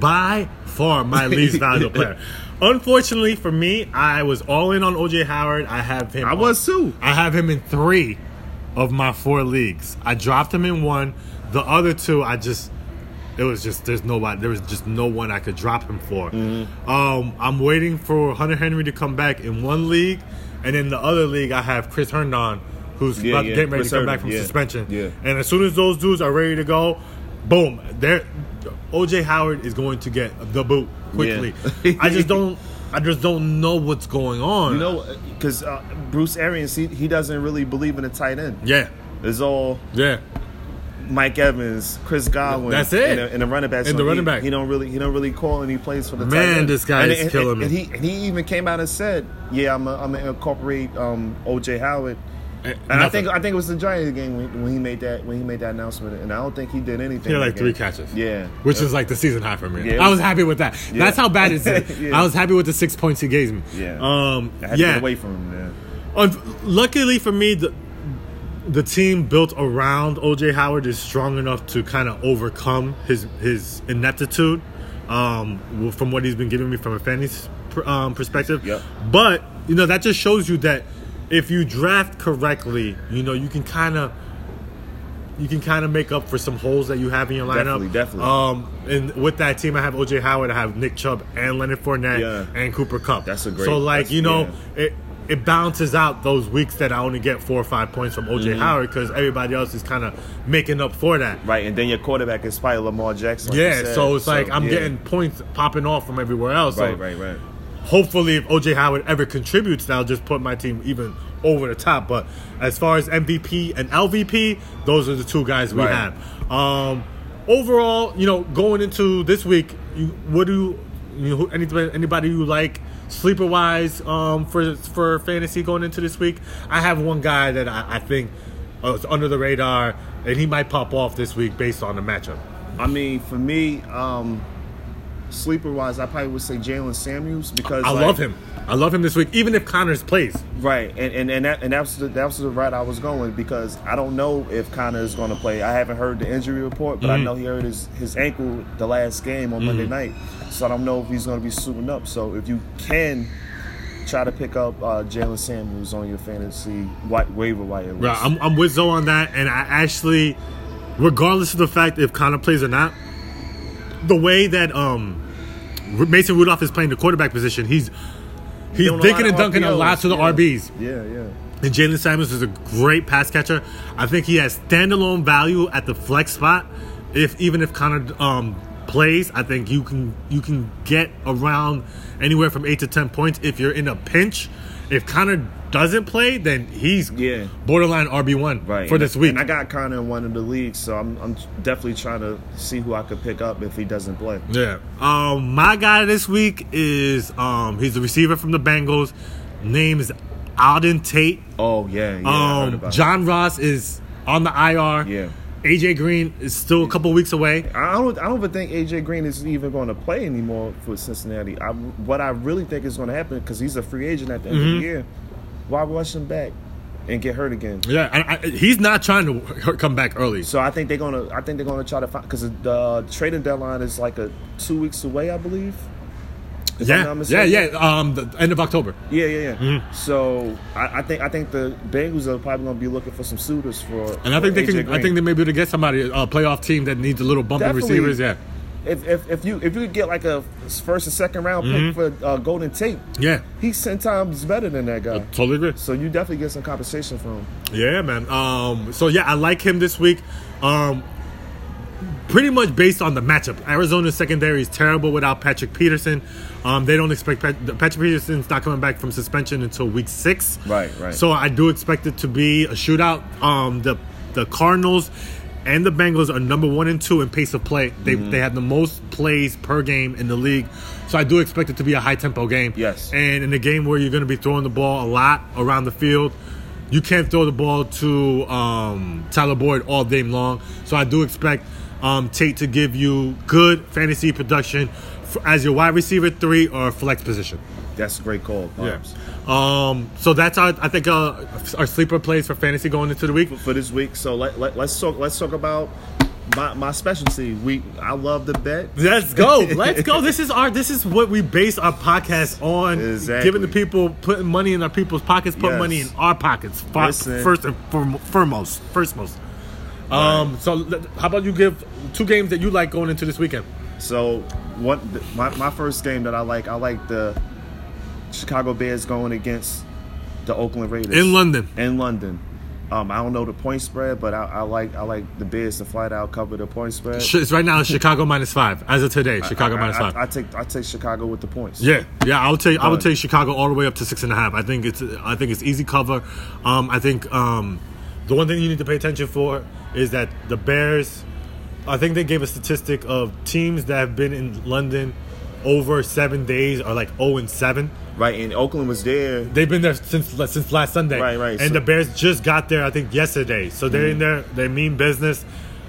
Speaker 2: by far my least valuable player. Unfortunately for me, I was all in on OJ Howard. I have him.
Speaker 3: I was too.
Speaker 2: I have him in three of my four leagues. I dropped him in one. The other two, I just it was just there's nobody. There was just no one I could drop him for.
Speaker 3: Mm-hmm.
Speaker 2: Um, I'm waiting for Hunter Henry to come back in one league, and in the other league, I have Chris Herndon, who's
Speaker 3: Yeah,
Speaker 2: about to
Speaker 3: yeah,
Speaker 2: get ready
Speaker 3: Chris
Speaker 2: to come
Speaker 3: Herndon,
Speaker 2: back from
Speaker 3: yeah,
Speaker 2: suspension.
Speaker 3: yeah.
Speaker 2: And as soon as those dudes are ready to go, boom, there. OJ Howard is going to get the boot quickly.
Speaker 3: Yeah.
Speaker 2: I just don't. I just don't know what's going on.
Speaker 3: You know, because uh, Bruce Arians, he, he doesn't really believe in a tight end.
Speaker 2: yeah,
Speaker 3: It's all
Speaker 2: yeah.
Speaker 3: Mike Evans, Chris Godwin.
Speaker 2: That's it.
Speaker 3: And the, and the running back.
Speaker 2: And the running
Speaker 3: he,
Speaker 2: back.
Speaker 3: He don't really he don't really call any plays for the
Speaker 2: Man,
Speaker 3: tight end.
Speaker 2: this guy
Speaker 3: and,
Speaker 2: is
Speaker 3: and-
Speaker 2: killing
Speaker 3: and,
Speaker 2: me.
Speaker 3: And he and he even came out and said, "Yeah, I'm i I'm gonna incorporate um, OJ Howard."
Speaker 2: And
Speaker 3: And I think I think it was the Giants game when, when he made that when he made that announcement, and I don't think he did anything.
Speaker 2: he had like
Speaker 3: that
Speaker 2: three
Speaker 3: game.
Speaker 2: catches.
Speaker 3: Yeah.
Speaker 2: Which is like the season high for me.
Speaker 3: Yeah.
Speaker 2: I was happy with that.
Speaker 3: Yeah.
Speaker 2: That's how bad it's.
Speaker 3: Yeah.
Speaker 2: I was happy with the six points he gave me.
Speaker 3: Yeah.
Speaker 2: Um.
Speaker 3: I had to
Speaker 2: yeah.
Speaker 3: get away from him, man.
Speaker 2: Un- luckily for me, the, the team built around OJ Howard is strong enough to kind of overcome his his ineptitude um, w- from what he's been giving me from a fantasy pr- um, perspective.
Speaker 3: Yep.
Speaker 2: But you know that just shows you that if you draft correctly, you know you can kind of. You can kind of make up for some holes that you have in your lineup.
Speaker 3: Definitely, definitely.
Speaker 2: Um, and with that team, I have OJ Howard, I have Nick Chubb, and Leonard Fournette,
Speaker 3: Yeah.
Speaker 2: and Cooper Cup.
Speaker 3: That's a great-
Speaker 2: So, like
Speaker 3: that's-
Speaker 2: you know,
Speaker 3: yeah.
Speaker 2: it it balances out those weeks that I only get four or five points from
Speaker 3: Mm-hmm.
Speaker 2: OJ Howard because everybody else is kind of making up for that.
Speaker 3: Right, and then your quarterback is probably Lamar Jackson. like you
Speaker 2: Yeah,
Speaker 3: said.
Speaker 2: so it's like I'm
Speaker 3: yeah.
Speaker 2: getting points popping off from everywhere else.
Speaker 3: right,
Speaker 2: so
Speaker 3: right, right.
Speaker 2: Hopefully, if OJ Howard ever contributes, that'll just put my team even over the top. But as far as MVP and LVP, those are the two guys we
Speaker 3: Right.
Speaker 2: have. Um, overall, you know, going into this week, you, what do you, you know, anybody, anybody you like sleeper wise um, for for fantasy going into this week? I have one guy that I, I think uh, is under the radar, and he might pop off this week based on the matchup.
Speaker 3: I mean, for me, um, sleeper wise, I probably would say Jalen Samuels because
Speaker 2: I
Speaker 3: like,
Speaker 2: love him. I love him this week, even if Connors plays.
Speaker 3: Right, and and and that and that was the, that was the route I was going because I don't know if Connor is going to play. I haven't heard the injury report, but I
Speaker 2: Mm.
Speaker 3: know he hurt his, his ankle the last game on Monday night, so I don't know if he's going to be suiting up. So if you can. Try to pick up uh, Jalen Samuels on your fantasy white waiver wire. list.
Speaker 2: Right, I'm, I'm with Zoe on that, and I actually, regardless of the fact if Connor plays or not, the way that um Mason Rudolph is playing the quarterback position, he's he's
Speaker 3: Doing a lot
Speaker 2: dinking
Speaker 3: of
Speaker 2: and dunking a
Speaker 3: RPOs.
Speaker 2: lot to the
Speaker 3: Yeah.
Speaker 2: RBs.
Speaker 3: Yeah, yeah.
Speaker 2: And Jalen Samuels is a great pass catcher. I think he has standalone value at the flex spot. If even if Connor um, plays, I think you can you can get around anywhere from eight to ten points if you're in a pinch. If Connor doesn't play, then he's
Speaker 3: Yeah.
Speaker 2: borderline RB one
Speaker 3: Right
Speaker 2: for
Speaker 3: and-
Speaker 2: this week.
Speaker 3: And I got Connor in one of the leagues, so I'm I'm definitely trying to see who I could pick up if he doesn't play.
Speaker 2: yeah. Um, my guy this week is um, he's the receiver from the Bengals. Name is Alden Tate.
Speaker 3: Oh yeah, yeah. I heard
Speaker 2: Um,
Speaker 3: about
Speaker 2: John Ross is on the IR.
Speaker 3: Yeah.
Speaker 2: AJ Green is still a couple weeks away.
Speaker 3: I don't. I don't even think AJ Green is even going to play anymore for Cincinnati. I, what I really think is going to happen because he's a free agent at the end
Speaker 2: Mm-hmm.
Speaker 3: of the year. Why rush him back and get hurt again?
Speaker 2: Yeah, and I, he's not trying to hurt- come back early.
Speaker 3: So I think they're gonna. I think they're gonna try to find because the uh, trading deadline is like a two weeks away, I believe. If I'm
Speaker 2: yeah,
Speaker 3: not
Speaker 2: yeah,
Speaker 3: mistaken.
Speaker 2: yeah. Um, the end of October.
Speaker 3: yeah, yeah, yeah.
Speaker 2: Mm-hmm.
Speaker 3: So I, I think I think the Bengals are probably gonna be looking for some suitors for.
Speaker 2: And I think they can. I think they may be able to get somebody a playoff team that needs a little bump in
Speaker 3: Definitely.
Speaker 2: receivers. Yeah,
Speaker 3: If, if, if you if you could get like a first and second round
Speaker 2: Mm-hmm.
Speaker 3: pick for uh, Golden Tate,
Speaker 2: yeah.
Speaker 3: he's ten times better than that guy.
Speaker 2: Totally agree.
Speaker 3: So you definitely get some compensation from him.
Speaker 2: Yeah, man. Um, so yeah, I like him this week. Um, pretty much based on the matchup. Arizona's secondary is terrible without Patrick Peterson. Um, they don't expect Pat- Patrick Peterson's not coming back from suspension until week six.
Speaker 3: Right, right.
Speaker 2: So I do expect it to be a shootout. Um, the the Cardinals and the Bengals are number one and two in pace of play. They
Speaker 3: Mm-hmm.
Speaker 2: they have the most plays per game in the league. So I do expect it to be a high tempo game.
Speaker 3: Yes.
Speaker 2: And in a game where you're going to be throwing the ball a lot around the field, you can't throw the ball to um, Tyler Boyd all day long. So I do expect um, Tate to give you good fantasy production f as your wide receiver three or flex position.
Speaker 3: That's a great call, Pops.
Speaker 2: Um, so that's our I think uh, our sleeper plays for fantasy going into the week.
Speaker 3: For this week, so let, let us talk let's talk about my, my specialty. We I love the bet.
Speaker 2: Let's go. Let's go. This is our this is what we base our podcast on.
Speaker 3: Exactly.
Speaker 2: Giving the people putting money in our people's pockets, put
Speaker 3: Yes.
Speaker 2: money in our pockets. Fo-
Speaker 3: Listen.
Speaker 2: First and form- foremost. First most. Um so let- how about you give two games that you like going into this weekend?
Speaker 3: So what my, my first game that I like, I like the Chicago Bears going against the Oakland Raiders
Speaker 2: In London.
Speaker 3: In London. Um, I don't know the point spread, but I, I like I like the Bears to flat out cover the point spread.
Speaker 2: Sh- It's right now it's Chicago minus five. As of today, Chicago
Speaker 3: I,
Speaker 2: minus
Speaker 3: I-
Speaker 2: five.
Speaker 3: I take I take Chicago with the points.
Speaker 2: Yeah, yeah, I would take I would
Speaker 3: Done.
Speaker 2: take Chicago all the way up to six and a half. I think it's I think it's easy cover. Um, I think um, the one thing you need to pay attention for is that the Bears. I think they gave a statistic of teams that have been in London over seven days are like zero and seven.
Speaker 3: Right, and Oakland was there.
Speaker 2: They've been there since since last Sunday.
Speaker 3: Right, right,
Speaker 2: And
Speaker 3: so- Mm.
Speaker 2: the Bears just got there, I think, yesterday. So they're in there. They mean business.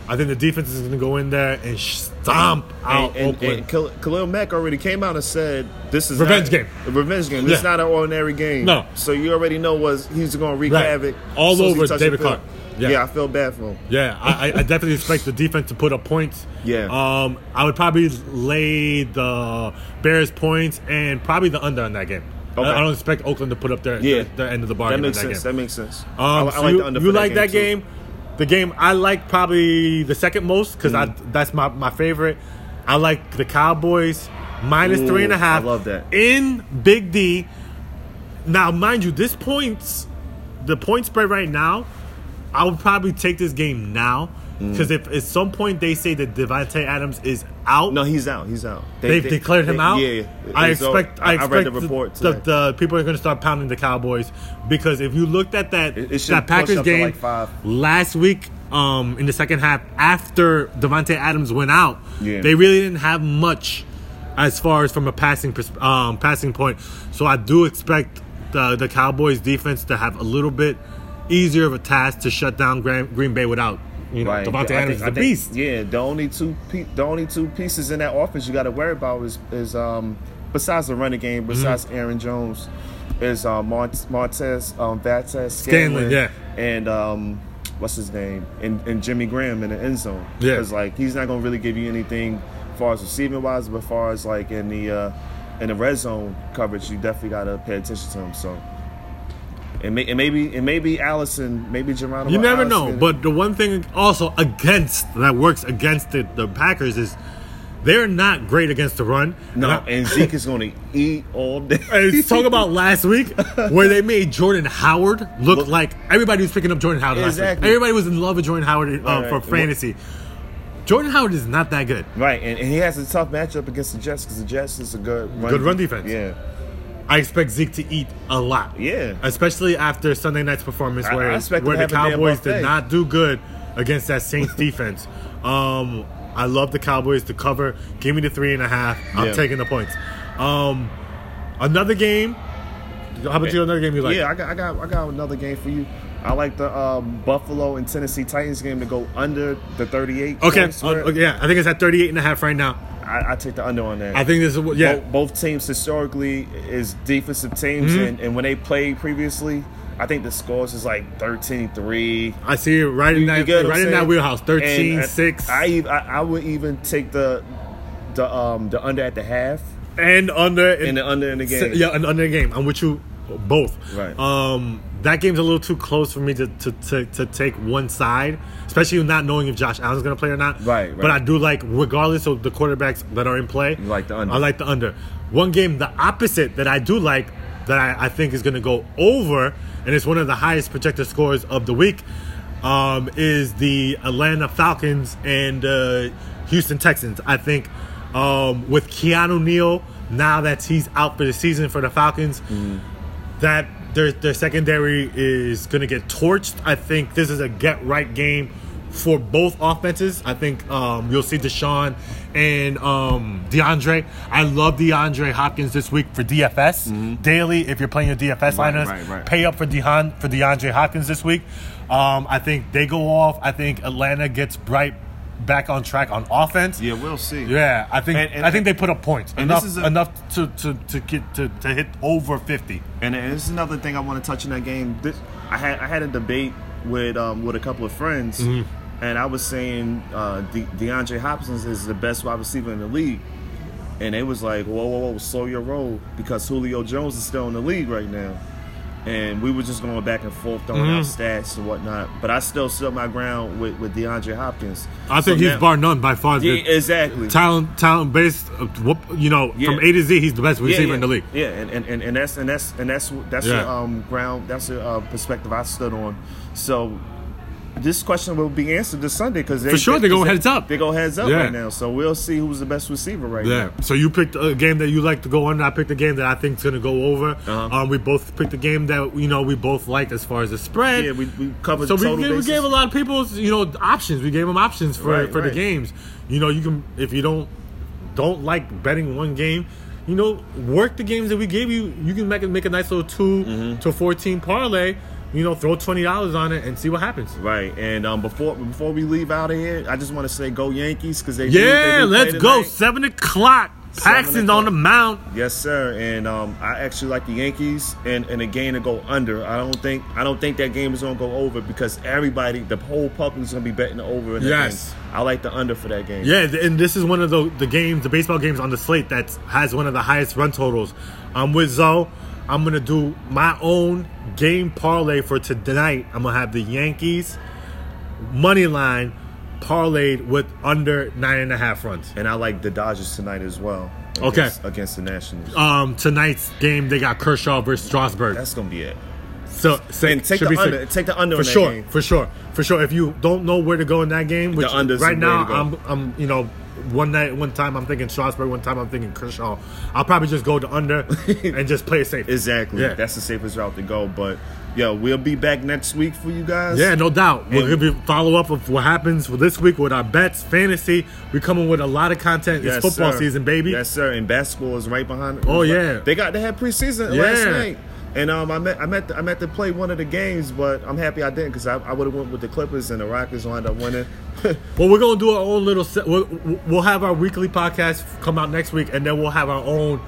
Speaker 2: I think the defense is going to go in there and stomp Um, out
Speaker 3: And, and,
Speaker 2: Oakland.
Speaker 3: and Khal- Khalil Mack already came out and said, "This is
Speaker 2: Revenge
Speaker 3: not-
Speaker 2: game.
Speaker 3: a Revenge game. This is
Speaker 2: Yeah.
Speaker 3: not an ordinary game.
Speaker 2: No.
Speaker 3: So you already know was he's going to wreak
Speaker 2: Right.
Speaker 3: havoc
Speaker 2: All
Speaker 3: as soon as he
Speaker 2: over
Speaker 3: touches the
Speaker 2: David
Speaker 3: field.
Speaker 2: Clark. Yeah.
Speaker 3: yeah, I feel bad for him.
Speaker 2: Yeah, I, I I definitely expect the defense to put up points.
Speaker 3: Yeah.
Speaker 2: Um, I would probably lay the Bears points and probably the under on that game. I-
Speaker 3: Okay.
Speaker 2: I, don't expect Oakland to put up their, their,
Speaker 3: Yeah.
Speaker 2: their end of the
Speaker 3: That
Speaker 2: bargain
Speaker 3: makes
Speaker 2: in that
Speaker 3: sense.
Speaker 2: game.
Speaker 3: That makes sense.
Speaker 2: Um,
Speaker 3: I, I
Speaker 2: so
Speaker 3: like
Speaker 2: you,
Speaker 3: the under
Speaker 2: you
Speaker 3: for
Speaker 2: like that game,
Speaker 3: too.
Speaker 2: The game I like probably the second most because
Speaker 3: Mm.
Speaker 2: I that's my, my favorite. I like the Cowboys minus
Speaker 3: Ooh,
Speaker 2: three and a half.
Speaker 3: I love that.
Speaker 2: in Big D. Now, mind you, this points the point spread right now. I would probably take this game now because if at some point they say that Devontae Adams is out,
Speaker 3: Mm. No, he's out. He's out.
Speaker 2: They've
Speaker 3: they-
Speaker 2: declared him
Speaker 3: they-
Speaker 2: out.
Speaker 3: Yeah, yeah.
Speaker 2: I
Speaker 3: It's over.
Speaker 2: expect. I expect
Speaker 3: read the report.
Speaker 2: The,
Speaker 3: today.
Speaker 2: the people are going to start pounding the Cowboys because if you looked at that
Speaker 3: It- it should
Speaker 2: that
Speaker 3: push
Speaker 2: Packers
Speaker 3: up to,
Speaker 2: game
Speaker 3: like, five.
Speaker 2: last week, um, in the second half after Devontae Adams went out,
Speaker 3: Yeah.
Speaker 2: they really didn't have much as far as from a passing pers- um, passing point. So I do expect the the Cowboys defense to have a little bit easier of a task to shut down Graham, Green Bay without you know
Speaker 3: Right.
Speaker 2: Devontae
Speaker 3: I
Speaker 2: Adams,
Speaker 3: think-
Speaker 2: the
Speaker 3: I think-
Speaker 2: beast.
Speaker 3: Yeah, the only two pe- the only two pieces in that offense you got to worry about is is um besides the running
Speaker 2: Mm-hmm.
Speaker 3: game, besides Aaron Jones, is um Mont- Montez um Vates
Speaker 2: Scanlon, yeah.
Speaker 3: and um what's his name and and Jimmy Graham in the end zone.
Speaker 2: Yeah.
Speaker 3: because like he's not gonna really give you anything far as receiving wise, but far as like in the uh in the red zone coverage, you definitely got to pay attention to him. So. And, may, and maybe and maybe Allison, maybe Geronimo.
Speaker 2: You never
Speaker 3: Allison
Speaker 2: know.
Speaker 3: and-
Speaker 2: But the one thing also against that works against the, the Packers is they're not great against the run.
Speaker 3: No,
Speaker 2: And I-
Speaker 3: and Zeke is going to eat all day.
Speaker 2: and let's talk about last week where they made Jordan Howard look like everybody was picking up Jordan Howard. Last week.
Speaker 3: Exactly.
Speaker 2: Everybody was in love with Jordan Howard uh,
Speaker 3: Right,
Speaker 2: for
Speaker 3: right.
Speaker 2: fantasy. Jordan Howard is not that good.
Speaker 3: right, and, and he has a tough matchup against the Jets because the Jets is a good run
Speaker 2: Good run defense.
Speaker 3: Yeah,
Speaker 2: I expect Zeke to eat a lot.
Speaker 3: Yeah.
Speaker 2: Especially after Sunday night's performance
Speaker 3: I-
Speaker 2: where,
Speaker 3: I expect
Speaker 2: where
Speaker 3: him
Speaker 2: the
Speaker 3: to have a damn
Speaker 2: Cowboys
Speaker 3: off
Speaker 2: did
Speaker 3: day.
Speaker 2: not do good against that Saints defense. Um, I love the Cowboys to cover. Give me the three and a half. I'm
Speaker 3: Yeah.
Speaker 2: taking the points. Um, another game. How about you? Another game you like?
Speaker 3: yeah. I got, I got, I got another game for you. I like the um, Buffalo and Tennessee Titans game to go under the 38.
Speaker 2: Okay.
Speaker 3: points.
Speaker 2: Uh, okay, yeah, I think it's at 38 and a half right now.
Speaker 3: I, I take the under on that.
Speaker 2: I think this is what, yeah.
Speaker 3: both, both teams historically is defensive teams,
Speaker 2: Mm-hmm.
Speaker 3: and, and when they played previously, I think the scores is like 13-3.
Speaker 2: I see it right in
Speaker 3: You
Speaker 2: that
Speaker 3: get what I'm
Speaker 2: right in that
Speaker 3: saying?
Speaker 2: wheelhouse. 13
Speaker 3: And I-
Speaker 2: 6
Speaker 3: I, ev- I I would even take the the um the under at the half
Speaker 2: and under in-
Speaker 3: and the under in the game.
Speaker 2: Yeah, and under the game. I'm with you both.
Speaker 3: Right.
Speaker 2: Um, that game's a little too close for me to, to, to, to take one side, especially not knowing if Josh Allen's going to play or not.
Speaker 3: Right, right.
Speaker 2: But I do like, regardless of the quarterbacks that are in play,
Speaker 3: You like the under.
Speaker 2: I like the under. One game, the opposite that I do like, that I, I think is going to go over, and it's one of the highest projected scores of the week, um, is the Atlanta Falcons and uh, Houston Texans. I think um, with Keanu Neal, now that he's out for the season for the Falcons, that their their secondary is going to get torched. I think this is a get right game for both offenses. I think um, you'll see Deshaun and um, DeAndre. I love DeAndre Hopkins this week for DFS daily. If you're playing your DFS
Speaker 3: Mm-hmm. Right,
Speaker 2: lineups,
Speaker 3: right, right.
Speaker 2: pay up for Dehan for DeAndre Hopkins this week. Um, I think they go off. I think Atlanta gets bright back on track on offense.
Speaker 3: Yeah, we'll see.
Speaker 2: Yeah, I think
Speaker 3: And- and-
Speaker 2: I think they put up points
Speaker 3: and
Speaker 2: enough
Speaker 3: this is a-
Speaker 2: enough to to to, get, to to hit over fifty.
Speaker 3: And this is another thing I want to touch in that game. This, I had I had a debate with um, with a couple of friends,
Speaker 2: Mm-hmm.
Speaker 3: and I was saying uh, De- DeAndre Hopkins is the best wide receiver in the league, and they was like, "Whoa, whoa, whoa, slow your roll," because Julio Jones is still in the league right now, and we were just going back and forth throwing out
Speaker 2: Mm-hmm.
Speaker 3: stats and whatnot. But I still stood my ground with, with DeAndre Hopkins.
Speaker 2: I think
Speaker 3: So
Speaker 2: he's
Speaker 3: now-
Speaker 2: bar none by far.
Speaker 3: Yeah,
Speaker 2: the
Speaker 3: exactly.
Speaker 2: talent, talent based, uh, whoop, you know,
Speaker 3: Yeah.
Speaker 2: from A to Z, he's the best
Speaker 3: Yeah,
Speaker 2: receiver
Speaker 3: yeah.
Speaker 2: in the league.
Speaker 3: Yeah, and, and, and, and that's and that's and that's that's
Speaker 2: Yeah.
Speaker 3: the um, ground. That's the uh, perspective I stood on. So this question will be answered this Sunday because
Speaker 2: For sure, they go heads up.
Speaker 3: They go heads up
Speaker 2: Yeah.
Speaker 3: right now. So we'll see who's the best receiver right now.
Speaker 2: Yeah. So you picked a game that you like to go under. I picked a game that I think is going to go over.
Speaker 3: Uh-huh.
Speaker 2: Um, we both picked a game that you know we both liked as far as the spread.
Speaker 3: Yeah, we, we covered
Speaker 2: so
Speaker 3: total
Speaker 2: we gave, we
Speaker 3: bases.
Speaker 2: gave a lot of people, you know, options. We gave them options for
Speaker 3: Right,
Speaker 2: for
Speaker 3: right.
Speaker 2: the games. You know, you can if you don't don't like betting one game, you know, work the games that we gave you. You can make a, make a nice little 2
Speaker 3: Mm-hmm.
Speaker 2: to fourteen parlay. You know, throw twenty dollars on it and see what happens.
Speaker 3: Right, and um, before before we leave out of here, I just want to say go Yankees because they do- they
Speaker 2: Yeah,
Speaker 3: do play
Speaker 2: let's go.
Speaker 3: tonight.
Speaker 2: Seven o'clock.
Speaker 3: Seven
Speaker 2: Paxton's on the
Speaker 3: o'clock.
Speaker 2: mound.
Speaker 3: Yes, sir. And um, I actually like the Yankees and, and a game to go under. I don't think I don't think that game is gonna go over because everybody, the whole public is gonna be betting over. In that
Speaker 2: Yes.
Speaker 3: game. I like the under for that game.
Speaker 2: Yeah, th- and this is one of the the games, the baseball games on the slate that has one of the highest run totals. I'm with Zoe. I'm gonna do my own game parlay for tonight. I'm gonna have the Yankees money line parlayed with under nine and a half runs.
Speaker 3: And I like the Dodgers tonight as well.
Speaker 2: Okay.
Speaker 3: against- against the Nationals.
Speaker 2: Um, tonight's game they got Kershaw versus Strasburg.
Speaker 3: That's gonna be it.
Speaker 2: so, sick.
Speaker 3: And take
Speaker 2: Should
Speaker 3: the
Speaker 2: be sick.
Speaker 3: under. Take the under
Speaker 2: for
Speaker 3: on that
Speaker 2: sure,
Speaker 3: game.
Speaker 2: for sure, for sure. If you don't know where to go in that game, which
Speaker 3: under's
Speaker 2: right
Speaker 3: the way
Speaker 2: now
Speaker 3: to go.
Speaker 2: I'm, I'm, you know, one night, one time I'm thinking Strasburg, one time I'm thinking Kershaw. I'll probably just go to under and just play it safe.
Speaker 3: Exactly.
Speaker 2: Yeah.
Speaker 3: That's the safest route to go. But yeah, we'll be back next week for you guys.
Speaker 2: yeah, no doubt. We're
Speaker 3: And-
Speaker 2: gonna be follow up of what happens for this week with our bets, fantasy. We're coming with a lot of content.
Speaker 3: Yes,
Speaker 2: it's football
Speaker 3: sir.
Speaker 2: season, baby.
Speaker 3: Yes, sir. And basketball is right behind.
Speaker 2: Oh, yeah.
Speaker 3: They got they had preseason last
Speaker 2: Yeah.
Speaker 3: night. And um, I met I met I meant to play one of the games, but I'm happy I didn't because I, I would have went with the Clippers and the Rockets wound up winning.
Speaker 2: Well, we're gonna do our own little. Se- we'll, we'll have our weekly podcast come out next week, and then we'll have our own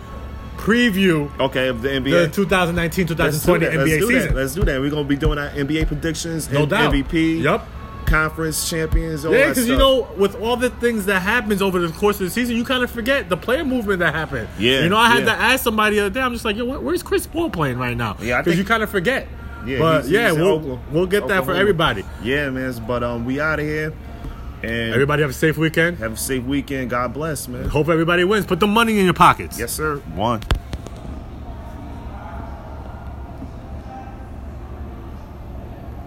Speaker 2: preview
Speaker 3: okay, of the NBA.
Speaker 2: the 2019-2020
Speaker 3: Let's do that. Let's
Speaker 2: NBA
Speaker 3: do that.
Speaker 2: season.
Speaker 3: Let's do that. We're gonna be doing our NBA predictions.
Speaker 2: No
Speaker 3: and
Speaker 2: doubt.
Speaker 3: MVP.
Speaker 2: Yep.
Speaker 3: Conference champions. All
Speaker 2: Yeah,
Speaker 3: because
Speaker 2: because you know, with all the things that happens over the course of the season, you kind of forget the player movement that happened.
Speaker 3: Yeah,
Speaker 2: you know, I had
Speaker 3: yeah.
Speaker 2: to ask somebody the other day. I'm just like, yo, where- where's Chris Paul playing right now?
Speaker 3: Yeah, I
Speaker 2: because you
Speaker 3: think-
Speaker 2: kind of forget.
Speaker 3: Yeah,
Speaker 2: but
Speaker 3: he's-
Speaker 2: yeah,
Speaker 3: he's in
Speaker 2: we'll
Speaker 3: Oklahoma-
Speaker 2: we'll get that for
Speaker 3: Oklahoma.
Speaker 2: everybody.
Speaker 3: Yeah, man. But um, we out of here, and
Speaker 2: Everybody have a safe weekend.
Speaker 3: have a safe weekend. God bless, man.
Speaker 2: Hope everybody wins. Put the money in your pockets.
Speaker 3: Yes, sir. One.